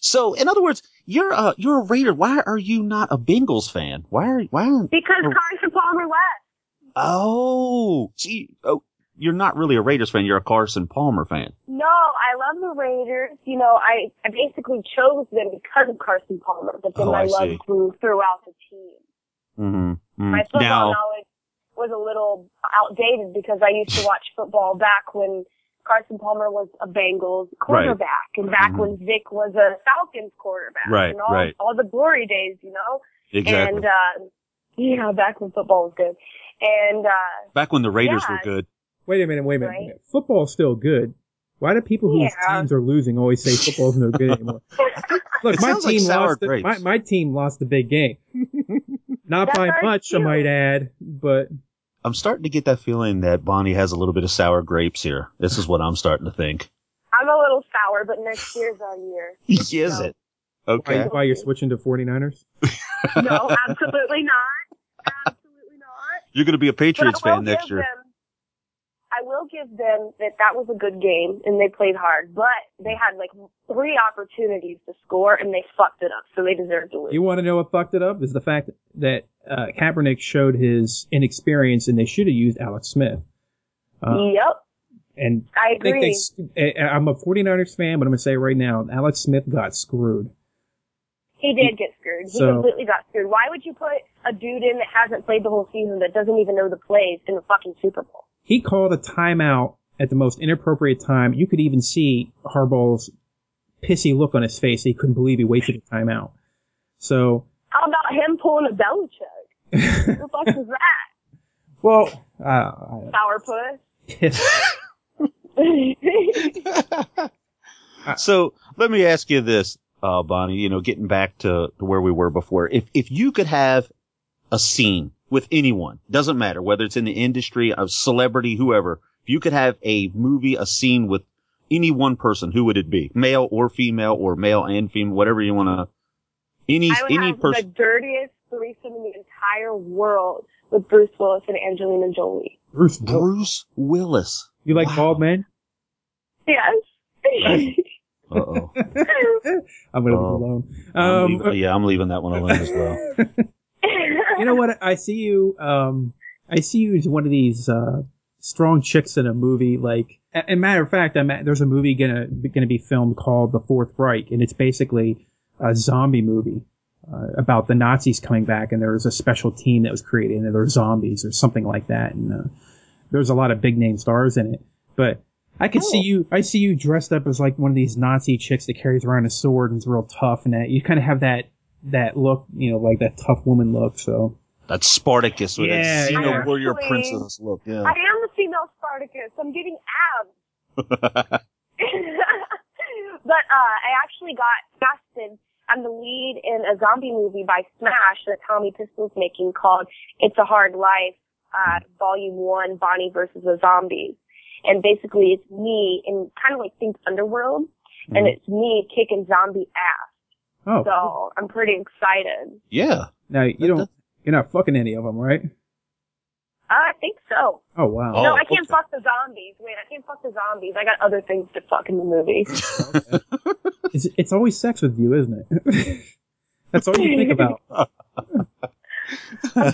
[SPEAKER 1] So, in other words, you're a you're a Raider. Why are you not a Bengals fan? Why are why? Aren't,
[SPEAKER 2] Because Carson Palmer left.
[SPEAKER 1] oh, gee, oh, you're not really a Raiders fan. You're a Carson Palmer fan.
[SPEAKER 2] No, I love the Raiders. You know, I, I basically chose them because of Carson Palmer, but then
[SPEAKER 1] Oh,
[SPEAKER 2] my
[SPEAKER 1] I
[SPEAKER 2] love
[SPEAKER 1] see.
[SPEAKER 2] grew throughout the team.
[SPEAKER 1] Mm-hmm.
[SPEAKER 2] My football
[SPEAKER 1] Now,
[SPEAKER 2] knowledge was a little outdated because I used to watch football back when Carson Palmer was a Bengals quarterback and back
[SPEAKER 1] Mhm.
[SPEAKER 2] when Vic was a Falcons quarterback.
[SPEAKER 1] Right,
[SPEAKER 2] And all,
[SPEAKER 1] right.
[SPEAKER 2] all the glory days, you know?
[SPEAKER 1] exactly.
[SPEAKER 2] And, uh, yeah, back when football was good. And, uh,
[SPEAKER 1] Back when the Raiders
[SPEAKER 2] yeah.
[SPEAKER 1] were good.
[SPEAKER 4] Wait a minute, wait a minute.
[SPEAKER 2] Right.
[SPEAKER 4] Football's still good. Why do people whose
[SPEAKER 2] Yeah.
[SPEAKER 4] teams are losing always say football's no good anymore? Look,
[SPEAKER 1] It
[SPEAKER 4] my
[SPEAKER 1] sounds like
[SPEAKER 4] team
[SPEAKER 1] sour
[SPEAKER 4] lost. The,
[SPEAKER 1] grapes.
[SPEAKER 4] my, my team lost the big game. Not
[SPEAKER 2] That's
[SPEAKER 4] by
[SPEAKER 2] our
[SPEAKER 4] much, I
[SPEAKER 2] team.
[SPEAKER 4] might add, but
[SPEAKER 1] I'm starting to get that feeling that Bonnie has a little bit of sour grapes here. This is what I'm starting to think.
[SPEAKER 2] I'm a little sour, but next year's our year.
[SPEAKER 1] Is
[SPEAKER 2] No.
[SPEAKER 1] it?
[SPEAKER 4] why,
[SPEAKER 1] Okay.
[SPEAKER 4] why you're switching to 49ers?
[SPEAKER 2] No, absolutely not. Absolutely not.
[SPEAKER 1] You're going to be a Patriots
[SPEAKER 2] but I will
[SPEAKER 1] fan next
[SPEAKER 2] give
[SPEAKER 1] year.
[SPEAKER 2] Them, I will give them that that was a good game and they played hard, but they had like three opportunities to score and they fucked it up, so they deserve to lose.
[SPEAKER 4] You want to know what fucked it up? Is the fact that uh, Kaepernick showed his inexperience and they should have used Alex Smith. Uh,
[SPEAKER 2] yep.
[SPEAKER 4] And
[SPEAKER 2] I
[SPEAKER 4] I think
[SPEAKER 2] agree.
[SPEAKER 4] they, sc- I- I'm a 49ers fan, but I'm going to say right now, Alex Smith got screwed.
[SPEAKER 2] he did get screwed. He
[SPEAKER 4] So-
[SPEAKER 2] completely got screwed. Why would you put a dude in that hasn't played the whole season that doesn't even know the plays in the fucking Super Bowl?
[SPEAKER 4] He called a timeout at the most inappropriate time. You could even see Harbaugh's pissy look on his face. He couldn't believe he wasted a timeout. So,
[SPEAKER 2] How about him pulling a Belichick? Who the fuck is that?
[SPEAKER 4] well, uh, I-
[SPEAKER 2] Sourpuss.
[SPEAKER 1] So let me ask you this, uh, Bonnie, you know, getting back to, to where we were before. If, if you could have a scene with anyone, doesn't matter whether it's in the industry, a celebrity, whoever, if you could have a movie, a scene with any one person, who would it be? Male or female or male and female, whatever you want to, any,
[SPEAKER 2] I would
[SPEAKER 1] any
[SPEAKER 2] have the
[SPEAKER 1] person.
[SPEAKER 2] dirtiest threesome in the entire world with Bruce Willis and Angelina Jolie.
[SPEAKER 4] Bruce,
[SPEAKER 1] Bruce Willis.
[SPEAKER 4] you like bald men?
[SPEAKER 2] Yes.
[SPEAKER 1] Uh oh.
[SPEAKER 4] Oh. I'm going to
[SPEAKER 1] Um,
[SPEAKER 4] leave alone. Um,
[SPEAKER 1] yeah, I'm leaving that one alone as well.
[SPEAKER 4] you know what? I see you. Um, I see you as one of these uh, strong chicks in a movie. Like, a- and matter of fact, I'm at, there's a movie gonna gonna be filmed called The Fourth Reich, and it's basically a zombie movie uh, about the Nazis coming back, and there was a special team that was created, and they're zombies or something like that, and uh, there's a lot of big name stars in it, but. I could see you. I see you dressed up as like one of these Nazi chicks that carries around a sword and is real tough, and that you kind of have that that look, you know, like that tough woman look. So
[SPEAKER 1] That Spartacus with
[SPEAKER 4] Yeah,
[SPEAKER 1] that Xena
[SPEAKER 4] yeah.
[SPEAKER 1] warrior
[SPEAKER 2] Actually,
[SPEAKER 1] princess look. Yeah.
[SPEAKER 2] I am the female Spartacus. I'm getting abs. but uh, I actually got casted. I'm the lead in a zombie movie by Smash that Tommy Pistol's making called "It's a Hard Life," uh, Volume One: Bonnie versus the Zombies. And basically, it's me in kind of like think Underworld,
[SPEAKER 1] Mm-hmm.
[SPEAKER 2] and it's me kicking zombie ass.
[SPEAKER 4] oh,
[SPEAKER 2] So I'm pretty excited.
[SPEAKER 1] yeah.
[SPEAKER 4] now you don't you're not fucking any of them, right?
[SPEAKER 2] Uh, I think so.
[SPEAKER 4] Oh wow.
[SPEAKER 1] Oh.
[SPEAKER 2] no, I can't
[SPEAKER 1] okay.
[SPEAKER 2] fuck the zombies. Wait, I can't fuck the zombies. I got other things to fuck in the movie.
[SPEAKER 1] Oh.
[SPEAKER 4] It's, it's always sex with you, isn't it? That's all you think about.
[SPEAKER 2] I'm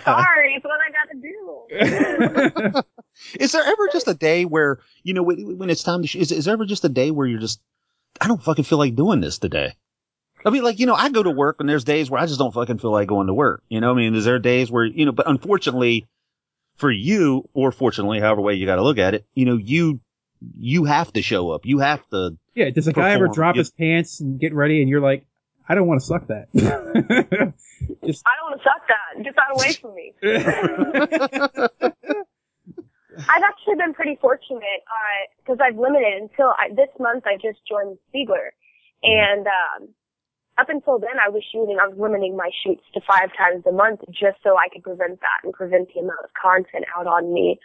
[SPEAKER 2] sorry, it's what I got to do.
[SPEAKER 1] Is there ever just a day where you know when, when it's time to? Sh- is, is there ever just a day where you're just? I don't fucking feel like doing this today. I mean, like you know, I go to work and there's days where I just don't fucking feel like going to work. You know, what I mean, is there days where you know? But unfortunately, for you, or fortunately, however way you got to look at it, you know, you you have to show up. You have to.
[SPEAKER 4] Yeah. Does a guy ever
[SPEAKER 1] Perform,
[SPEAKER 4] drop
[SPEAKER 1] yeah.
[SPEAKER 4] his pants and get ready, and you're like, I don't want to suck that.
[SPEAKER 2] I don't want to suck that. Get that away from me. I've actually been pretty fortunate because I've limited until I, this month. I just joined Spiegler, and um, up until then, I was shooting. I was limiting my shoots to five times a month just so I could prevent that and prevent the amount of content out on me.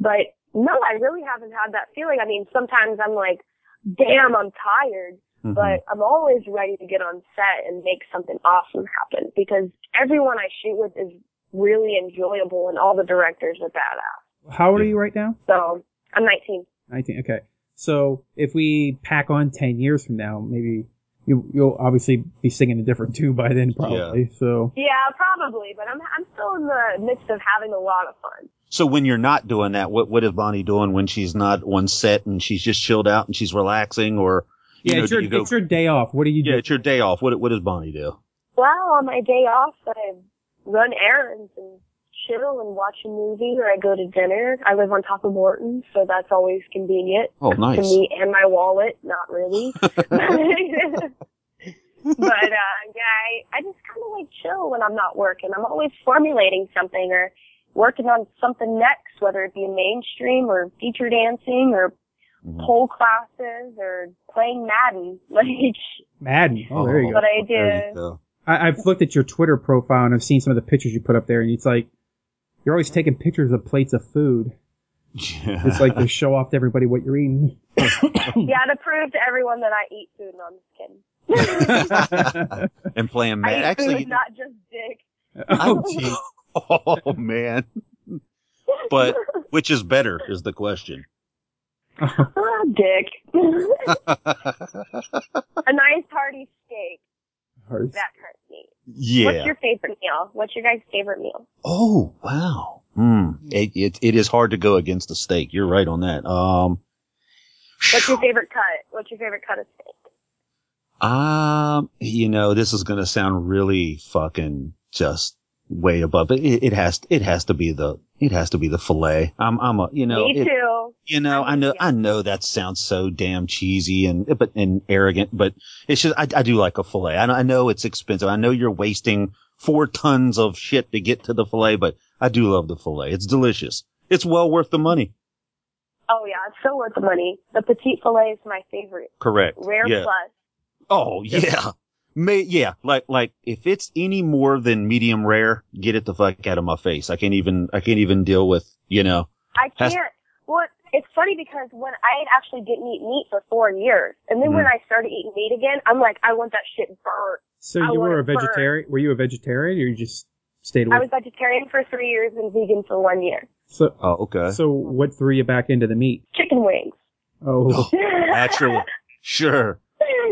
[SPEAKER 2] But no, I really haven't had that feeling. I mean, sometimes I'm like, damn, I'm tired.
[SPEAKER 1] Mhm.
[SPEAKER 2] but I'm always ready to get on set and make something awesome happen because everyone I shoot with is really enjoyable and all the directors are badass.
[SPEAKER 4] How old are you right now?
[SPEAKER 2] So I'm 19.
[SPEAKER 4] 19. Okay. So if we pack on 10 years from now, maybe you, you'll obviously be singing a different tune by then, probably. So
[SPEAKER 2] Yeah, probably, but I'm I'm still in the midst of having a lot of fun.
[SPEAKER 1] So when you're not doing that, what what is Bonnie doing when she's not on set and she's just chilled out and she's relaxing, or you
[SPEAKER 4] yeah,
[SPEAKER 1] know,
[SPEAKER 4] it's,
[SPEAKER 1] do
[SPEAKER 4] your,
[SPEAKER 1] you go,
[SPEAKER 4] it's your day off. What do you
[SPEAKER 1] yeah,
[SPEAKER 4] do?
[SPEAKER 1] it's your day off. What what does Bonnie do?
[SPEAKER 2] Well, on my day off, I run errands and chill and watch a movie or I go to dinner. I live on top of Morton, so that's always convenient.
[SPEAKER 1] Oh, nice.
[SPEAKER 2] to me and my wallet. Not really. but uh, yeah, I, I just kind of like chill when I'm not working. I'm always formulating something or working on something next, whether it be mainstream or feature dancing or
[SPEAKER 1] Mhm.
[SPEAKER 2] pole classes or playing Madden. Like,
[SPEAKER 4] Madden. Oh, there you go.
[SPEAKER 2] but I
[SPEAKER 1] There you
[SPEAKER 2] do.
[SPEAKER 1] go.
[SPEAKER 4] I, I've looked at your Twitter profile and I've seen some of the pictures you put up there, and it's like you're always taking pictures of plates of food.
[SPEAKER 1] Yeah.
[SPEAKER 4] It's like to show off to everybody what you're eating.
[SPEAKER 2] Yeah, to prove to everyone that I eat food. No, I'm just kidding.
[SPEAKER 1] and playing
[SPEAKER 2] I
[SPEAKER 1] Madden.
[SPEAKER 2] eat
[SPEAKER 1] Actually,
[SPEAKER 2] food, not just dick.
[SPEAKER 4] oh, jeez.
[SPEAKER 1] oh man. But which is better is the question.
[SPEAKER 2] Ah, dick. a nice hearty steak.
[SPEAKER 4] Hurts.
[SPEAKER 2] That hurts me. What's
[SPEAKER 1] yeah.
[SPEAKER 2] your favorite meal? What's your guys' favorite meal?
[SPEAKER 1] oh wow. Hmm. It, it it is hard to go against the steak. You're right on that. Um.
[SPEAKER 2] What's your favorite cut? What's your favorite cut of steak?
[SPEAKER 1] Um, you know, this is going to sound really fucking just way above it. It has, it has to be the, it has to be the filet. I'm, I'm a, you know,
[SPEAKER 2] Me
[SPEAKER 1] it-
[SPEAKER 2] too.
[SPEAKER 1] you know, I know, I know that sounds so damn cheesy and, but, and arrogant, but it's just, I, I do like a filet. I, know- I know it's expensive. I know you're wasting four tons of shit to get to the filet, but I do love the filet. It's delicious. It's well worth the money.
[SPEAKER 2] Oh yeah, it's so worth the money. The petite filet is my favorite.
[SPEAKER 1] Correct.
[SPEAKER 2] Rare
[SPEAKER 1] yeah.
[SPEAKER 2] plus.
[SPEAKER 1] Oh yeah. May, yeah, like like if it's any more than medium rare, get it the fuck out of my face. I can't even I can't even deal with you know.
[SPEAKER 2] I
[SPEAKER 1] Has-
[SPEAKER 2] can't. Well, it's funny because when I actually didn't eat meat for four years, and then
[SPEAKER 1] Mm-hmm.
[SPEAKER 2] when I started eating meat again, I'm like, I want that shit burnt.
[SPEAKER 4] So
[SPEAKER 2] I
[SPEAKER 4] you
[SPEAKER 2] want
[SPEAKER 4] were a
[SPEAKER 2] it burnt.
[SPEAKER 4] vegetarian? Were you a vegetarian, or you just stayed
[SPEAKER 2] I
[SPEAKER 4] away?
[SPEAKER 2] was vegetarian for three years and vegan for one year.
[SPEAKER 4] so,
[SPEAKER 1] Oh okay.
[SPEAKER 4] so what threw you back into the meat?
[SPEAKER 2] Chicken wings.
[SPEAKER 4] Oh,
[SPEAKER 1] Actually, sure.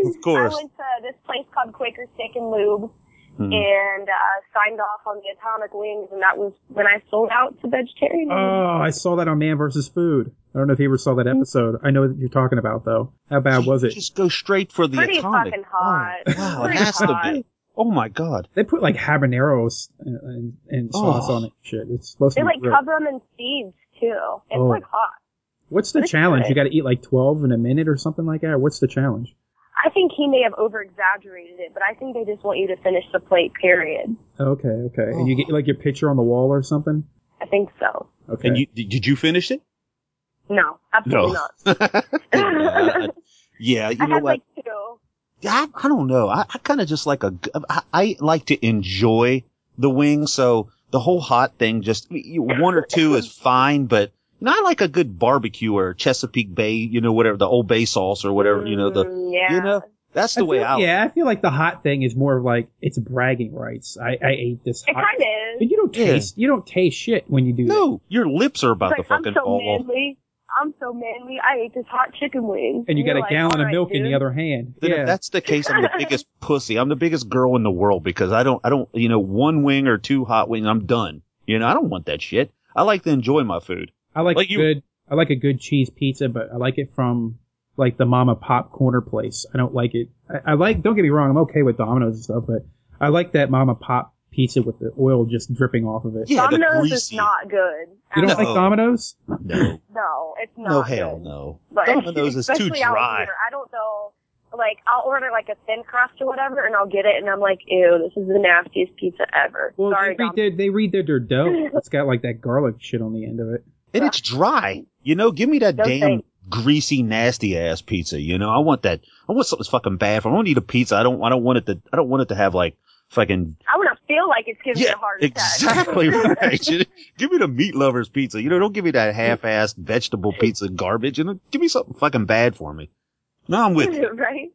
[SPEAKER 1] Of course.
[SPEAKER 2] I went to this place called Quaker Steak and Lube
[SPEAKER 1] Hmm.
[SPEAKER 2] and uh, signed off on the atomic wings, and that was when I sold out to vegetarian.
[SPEAKER 4] oh, I saw that on Man vs. Food. I don't know if you ever saw
[SPEAKER 2] Mm-hmm.
[SPEAKER 4] that episode. I know that you're talking about though. How bad was it?
[SPEAKER 1] Just go straight for the
[SPEAKER 2] Pretty
[SPEAKER 1] atomic.
[SPEAKER 2] fucking hot.
[SPEAKER 1] Oh, wow, it
[SPEAKER 2] Pretty
[SPEAKER 1] has to
[SPEAKER 2] hot.
[SPEAKER 1] be. Oh my god.
[SPEAKER 4] They put like habaneros and, and, and sauce
[SPEAKER 1] Oh.
[SPEAKER 4] on it. Shit, it's supposed
[SPEAKER 2] they
[SPEAKER 4] to be.
[SPEAKER 2] like
[SPEAKER 4] real.
[SPEAKER 2] cover them in seeds too. It's
[SPEAKER 4] Oh.
[SPEAKER 2] like hot.
[SPEAKER 4] What's the
[SPEAKER 2] it's
[SPEAKER 4] challenge?
[SPEAKER 2] good.
[SPEAKER 4] You got to eat like 12 in a minute or something like that. What's the challenge?
[SPEAKER 2] I think he may have over exaggerated it, but I think they just want you to finish the plate. Period.
[SPEAKER 4] Okay, okay. And you get like your picture on the wall or something.
[SPEAKER 2] I think so.
[SPEAKER 4] Okay.
[SPEAKER 1] And you did did you finish it?
[SPEAKER 2] No, absolutely
[SPEAKER 1] No.
[SPEAKER 2] not.
[SPEAKER 1] Yeah, I- yeah, you
[SPEAKER 2] I
[SPEAKER 1] know
[SPEAKER 2] had
[SPEAKER 1] what?
[SPEAKER 2] like two.
[SPEAKER 1] I, I don't know. I, I kind of just like a, g- I, I like to enjoy the wing. So the whole hot thing, just you- one or two is fine, but you know, I like a good barbecue or Chesapeake Bay, you know, whatever, the old bay sauce or whatever, you know, the,
[SPEAKER 2] Mm, yeah.
[SPEAKER 1] you know, that's the
[SPEAKER 4] I
[SPEAKER 1] way
[SPEAKER 4] feel-
[SPEAKER 1] I,
[SPEAKER 4] Yeah, I feel like the hot thing is more of like it's bragging rights. I, I ate this
[SPEAKER 2] it
[SPEAKER 4] hot.
[SPEAKER 2] kind of
[SPEAKER 4] But
[SPEAKER 2] is.
[SPEAKER 4] you don't
[SPEAKER 1] Yeah.
[SPEAKER 4] taste. You don't taste shit when you do that.
[SPEAKER 1] no, your lips are
[SPEAKER 2] It's
[SPEAKER 1] about
[SPEAKER 2] like,
[SPEAKER 1] to
[SPEAKER 2] I'm
[SPEAKER 1] fucking
[SPEAKER 2] so
[SPEAKER 1] fall off.
[SPEAKER 2] manly. I'm so manly. I ate this hot chicken wing.
[SPEAKER 4] And you got
[SPEAKER 2] you're
[SPEAKER 4] a
[SPEAKER 2] like,
[SPEAKER 4] gallon of
[SPEAKER 2] "Alright,
[SPEAKER 4] milk in the
[SPEAKER 2] dude."
[SPEAKER 4] other hand.
[SPEAKER 1] Then
[SPEAKER 4] yeah.
[SPEAKER 1] if that's the case, I'm the biggest pussy. I'm the biggest girl in the world because I don't, I don't, you know, one wing or two hot wings, I'm done. You know, I don't want that shit. I like to enjoy my food.
[SPEAKER 4] I like,
[SPEAKER 1] like you-
[SPEAKER 4] good. I like a good cheese pizza, but I like it from like the mama pop corner place. I don't like it. I, I like. Don't get me wrong. I'm okay with Domino's and stuff, but I like that mama pop pizza with the oil just dripping off of it.
[SPEAKER 1] Yeah, the
[SPEAKER 2] Domino's is
[SPEAKER 1] greasy-
[SPEAKER 2] not good.
[SPEAKER 4] You don't
[SPEAKER 1] No.
[SPEAKER 4] like Domino's?
[SPEAKER 1] No.
[SPEAKER 2] No, it's not.
[SPEAKER 1] No, hell
[SPEAKER 2] good.
[SPEAKER 1] no.
[SPEAKER 2] But
[SPEAKER 1] Domino's is too
[SPEAKER 2] especially out
[SPEAKER 1] dry.
[SPEAKER 2] Here, I don't know. Like I'll order like a thin crust or whatever, and I'll get it, and I'm like, ew, this is the nastiest pizza ever.
[SPEAKER 4] Well,
[SPEAKER 2] Sorry,
[SPEAKER 4] they
[SPEAKER 2] Dom.
[SPEAKER 4] redid they redid their dough. It's got like that garlic shit on the end of it.
[SPEAKER 1] And it's dry. You know, give me that
[SPEAKER 2] No
[SPEAKER 1] damn
[SPEAKER 2] thanks.
[SPEAKER 1] greasy, nasty ass pizza. You know, I want that. I want something fucking bad. For, I don't need a pizza. I don't. I don't want it to. I don't want it to have like fucking.
[SPEAKER 2] I want to feel like it's giving me
[SPEAKER 1] Yeah,
[SPEAKER 2] a heart attack.
[SPEAKER 1] exactly right. You- give me the meat lovers pizza. You know, don't give me
[SPEAKER 2] Mm.
[SPEAKER 1] that half-assed vegetable pizza garbage. You know, give me something fucking bad for me. No, I'm with you.
[SPEAKER 2] right?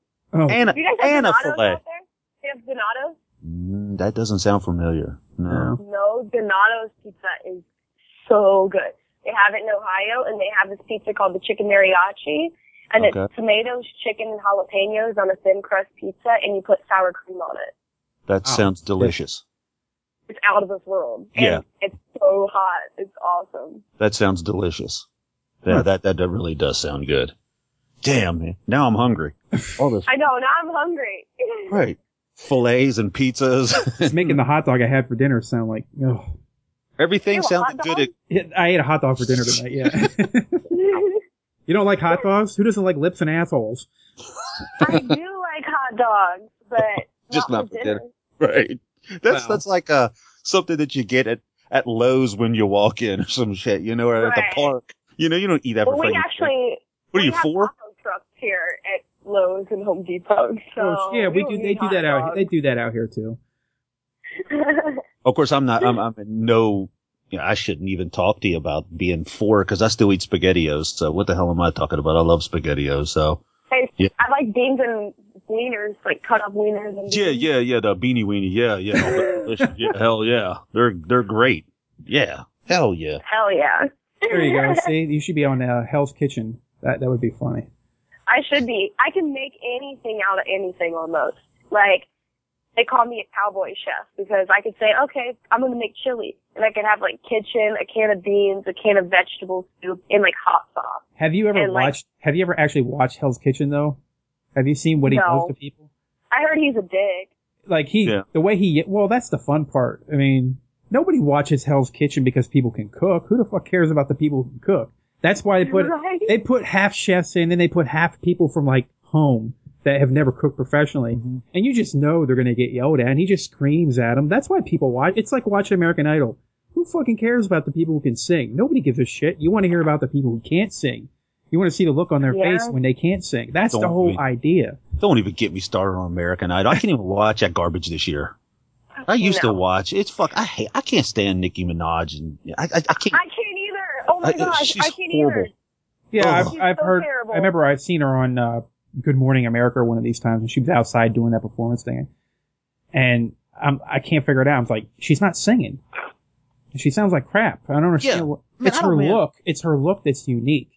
[SPEAKER 4] Oh,
[SPEAKER 1] And a,
[SPEAKER 2] Do you guys have
[SPEAKER 1] and a
[SPEAKER 2] Donatos
[SPEAKER 1] fillet.
[SPEAKER 2] out there? They have Donatos.
[SPEAKER 1] Mm, that doesn't sound familiar. No.
[SPEAKER 4] no.
[SPEAKER 2] No, Donato's pizza is so good. They have it in Ohio, and they have this pizza called the Chicken Mariachi, and
[SPEAKER 1] Okay.
[SPEAKER 2] it's tomatoes, chicken, and jalapenos on a thin crust pizza, and you put sour cream on it.
[SPEAKER 1] That
[SPEAKER 4] Oh.
[SPEAKER 1] sounds delicious.
[SPEAKER 2] It's out of this world. And
[SPEAKER 1] Yeah.
[SPEAKER 2] It's so hot. It's awesome.
[SPEAKER 1] That sounds delicious. Yeah, that, that that really does sound good. Damn, man. Now I'm hungry. All this
[SPEAKER 2] I know. Now I'm hungry.
[SPEAKER 1] right. Fillets and pizzas.
[SPEAKER 4] It's making the hot dog I had for dinner sound like oh.
[SPEAKER 1] Everything
[SPEAKER 2] You want
[SPEAKER 1] sounded
[SPEAKER 2] hot
[SPEAKER 1] good.
[SPEAKER 2] dogs?
[SPEAKER 4] I ate a hot dog for dinner tonight. Yeah. you don't like hot dogs? Who doesn't like lips and assholes?
[SPEAKER 2] I do like hot dogs, but
[SPEAKER 1] Just
[SPEAKER 2] not,
[SPEAKER 1] not for
[SPEAKER 2] for
[SPEAKER 1] dinner. right. That's
[SPEAKER 4] Well.
[SPEAKER 1] that's like uh something that you get at, at Lowe's when you walk in or some shit, you know, or at
[SPEAKER 2] Right.
[SPEAKER 1] the park. You know, you don't eat that
[SPEAKER 2] Well,
[SPEAKER 1] for
[SPEAKER 2] we
[SPEAKER 1] fucking-
[SPEAKER 2] actually
[SPEAKER 1] What are you
[SPEAKER 2] we have
[SPEAKER 1] for?
[SPEAKER 2] taco trucks here at Lowe's and Home Depot. So
[SPEAKER 4] Oh, yeah, we
[SPEAKER 2] don't
[SPEAKER 4] do.
[SPEAKER 2] need
[SPEAKER 4] They do
[SPEAKER 2] hot
[SPEAKER 4] that out.
[SPEAKER 2] dogs.
[SPEAKER 4] They do that out here too.
[SPEAKER 1] Of course I'm not I'm I'm no you know, I shouldn't even talk to you about being for because I still eat spaghettios, so what the hell am I talking about? I love spaghettios, so
[SPEAKER 2] Hey,
[SPEAKER 1] Yeah.
[SPEAKER 2] I like beans and wieners, like cut up wieners and
[SPEAKER 1] Yeah,
[SPEAKER 2] beans.
[SPEAKER 1] yeah, yeah. The beanie weenie. Yeah, yeah. all that delicious. yeah. Hell yeah. They're they're great. Yeah. Hell yeah.
[SPEAKER 2] Hell yeah.
[SPEAKER 4] There you go. See, you should be on uh, Hell's Kitchen. That that would be funny.
[SPEAKER 2] I should be. I can make anything out of anything almost. Like, they call me a cowboy chef because I could say, okay, I'm gonna make chili. And I could have like kitchen, a can of beans, a can of vegetable soup, and like hot sauce.
[SPEAKER 4] Have you ever
[SPEAKER 2] And, like-
[SPEAKER 4] watched? have you ever actually watched Hell's Kitchen though? Have you seen what he
[SPEAKER 2] No.
[SPEAKER 4] does to people?
[SPEAKER 2] I heard he's a dick.
[SPEAKER 4] Like he,
[SPEAKER 1] Yeah.
[SPEAKER 4] the way he, well, that's the fun part. I mean, nobody watches Hell's Kitchen because people can cook. Who the fuck cares about the people who can cook? That's why they put
[SPEAKER 2] Right?
[SPEAKER 4] they put half chefs in, then they put half people from like home that have never cooked professionally,
[SPEAKER 1] Mm-hmm.
[SPEAKER 4] and you just know they're gonna get yelled at. And he just screams at them. That's why people watch. It's like watching American Idol. Who fucking cares about the people who can sing? Nobody gives a shit. You want to hear about the people who can't sing. You want to see the look on their
[SPEAKER 2] Yeah.
[SPEAKER 4] face when they can't sing. That's the
[SPEAKER 1] Don't
[SPEAKER 4] whole
[SPEAKER 1] we-
[SPEAKER 4] idea.
[SPEAKER 1] Don't even get me started on American Idol. I can't even watch that garbage this year. I used
[SPEAKER 2] No.
[SPEAKER 1] to watch. It's fuck. I hate. I can't stand Nicki Minaj, and I I, I can't.
[SPEAKER 2] I can't either. Oh my
[SPEAKER 1] I-
[SPEAKER 2] gosh,
[SPEAKER 1] Uh, she's
[SPEAKER 2] I can't
[SPEAKER 1] horrible.
[SPEAKER 2] either.
[SPEAKER 4] Yeah,
[SPEAKER 1] Ugh.
[SPEAKER 4] I've,
[SPEAKER 2] She's
[SPEAKER 4] I've
[SPEAKER 2] so
[SPEAKER 4] heard.
[SPEAKER 2] terrible.
[SPEAKER 4] I remember I've seen her on uh, Good Morning America one of these times, and she was outside doing that performance thing, and I'm, I can't figure it out. I'm like, she's not singing. She sounds like crap. I don't understand.
[SPEAKER 1] Yeah.
[SPEAKER 4] What,
[SPEAKER 1] Man,
[SPEAKER 4] it's
[SPEAKER 1] I
[SPEAKER 4] her
[SPEAKER 1] don't- man.
[SPEAKER 4] look. It's her look that's unique.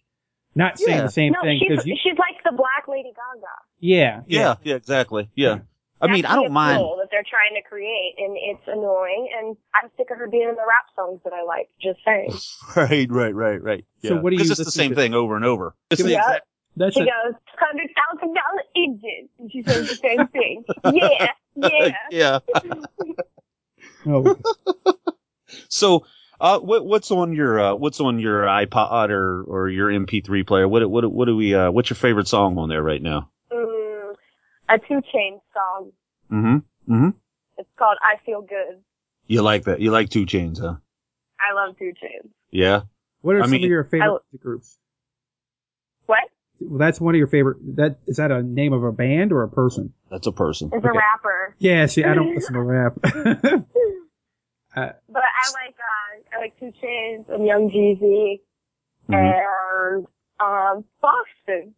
[SPEAKER 4] Not saying
[SPEAKER 1] Yeah.
[SPEAKER 4] the same
[SPEAKER 2] No,
[SPEAKER 4] thing
[SPEAKER 2] she's
[SPEAKER 4] because you.
[SPEAKER 2] she's like the black Lady Gaga.
[SPEAKER 4] yeah,
[SPEAKER 1] yeah, yeah, exactly. Yeah. I mean,
[SPEAKER 2] That's
[SPEAKER 1] I
[SPEAKER 2] the
[SPEAKER 1] don't mind.
[SPEAKER 2] appeal that they're trying to create, and it's annoying. And I'm sick of her being in the rap songs that I like. Just saying.
[SPEAKER 1] Right, right, right, right.
[SPEAKER 4] So what do
[SPEAKER 1] Because
[SPEAKER 4] you
[SPEAKER 1] it's the
[SPEAKER 4] listen
[SPEAKER 1] same
[SPEAKER 4] to?
[SPEAKER 1] thing over and over. It's
[SPEAKER 4] Give me
[SPEAKER 1] the
[SPEAKER 2] an
[SPEAKER 1] exact-
[SPEAKER 4] That's
[SPEAKER 2] She
[SPEAKER 4] a,
[SPEAKER 2] goes hundred thousand dollar engine, and she says the same thing. Yeah, yeah.
[SPEAKER 1] yeah.
[SPEAKER 4] no,
[SPEAKER 1] So, uh, what, what's on your uh, what's on your iPod or, or your MP3 player? What what what do we? Uh, what's your favorite song on there right now?
[SPEAKER 2] Mm, a two chain song.
[SPEAKER 1] Mm-hmm. Mm-hmm.
[SPEAKER 2] It's called "I Feel Good."
[SPEAKER 1] You like that? You like Two Chains, huh?
[SPEAKER 2] I love two chains.
[SPEAKER 1] Yeah.
[SPEAKER 4] what are
[SPEAKER 1] I
[SPEAKER 4] some
[SPEAKER 1] mean-
[SPEAKER 4] of your favorite
[SPEAKER 2] I-
[SPEAKER 4] music groups?
[SPEAKER 2] What?
[SPEAKER 4] Well, that's one of your favorite. That is that a name of a band or a person?
[SPEAKER 1] That's a person.
[SPEAKER 2] It's a
[SPEAKER 4] Okay.
[SPEAKER 2] rapper,
[SPEAKER 4] Yeah, see, I don't listen to rap.
[SPEAKER 2] but I like uh, I like two chains and Young Jeezy
[SPEAKER 1] Mhm.
[SPEAKER 2] and um Boston.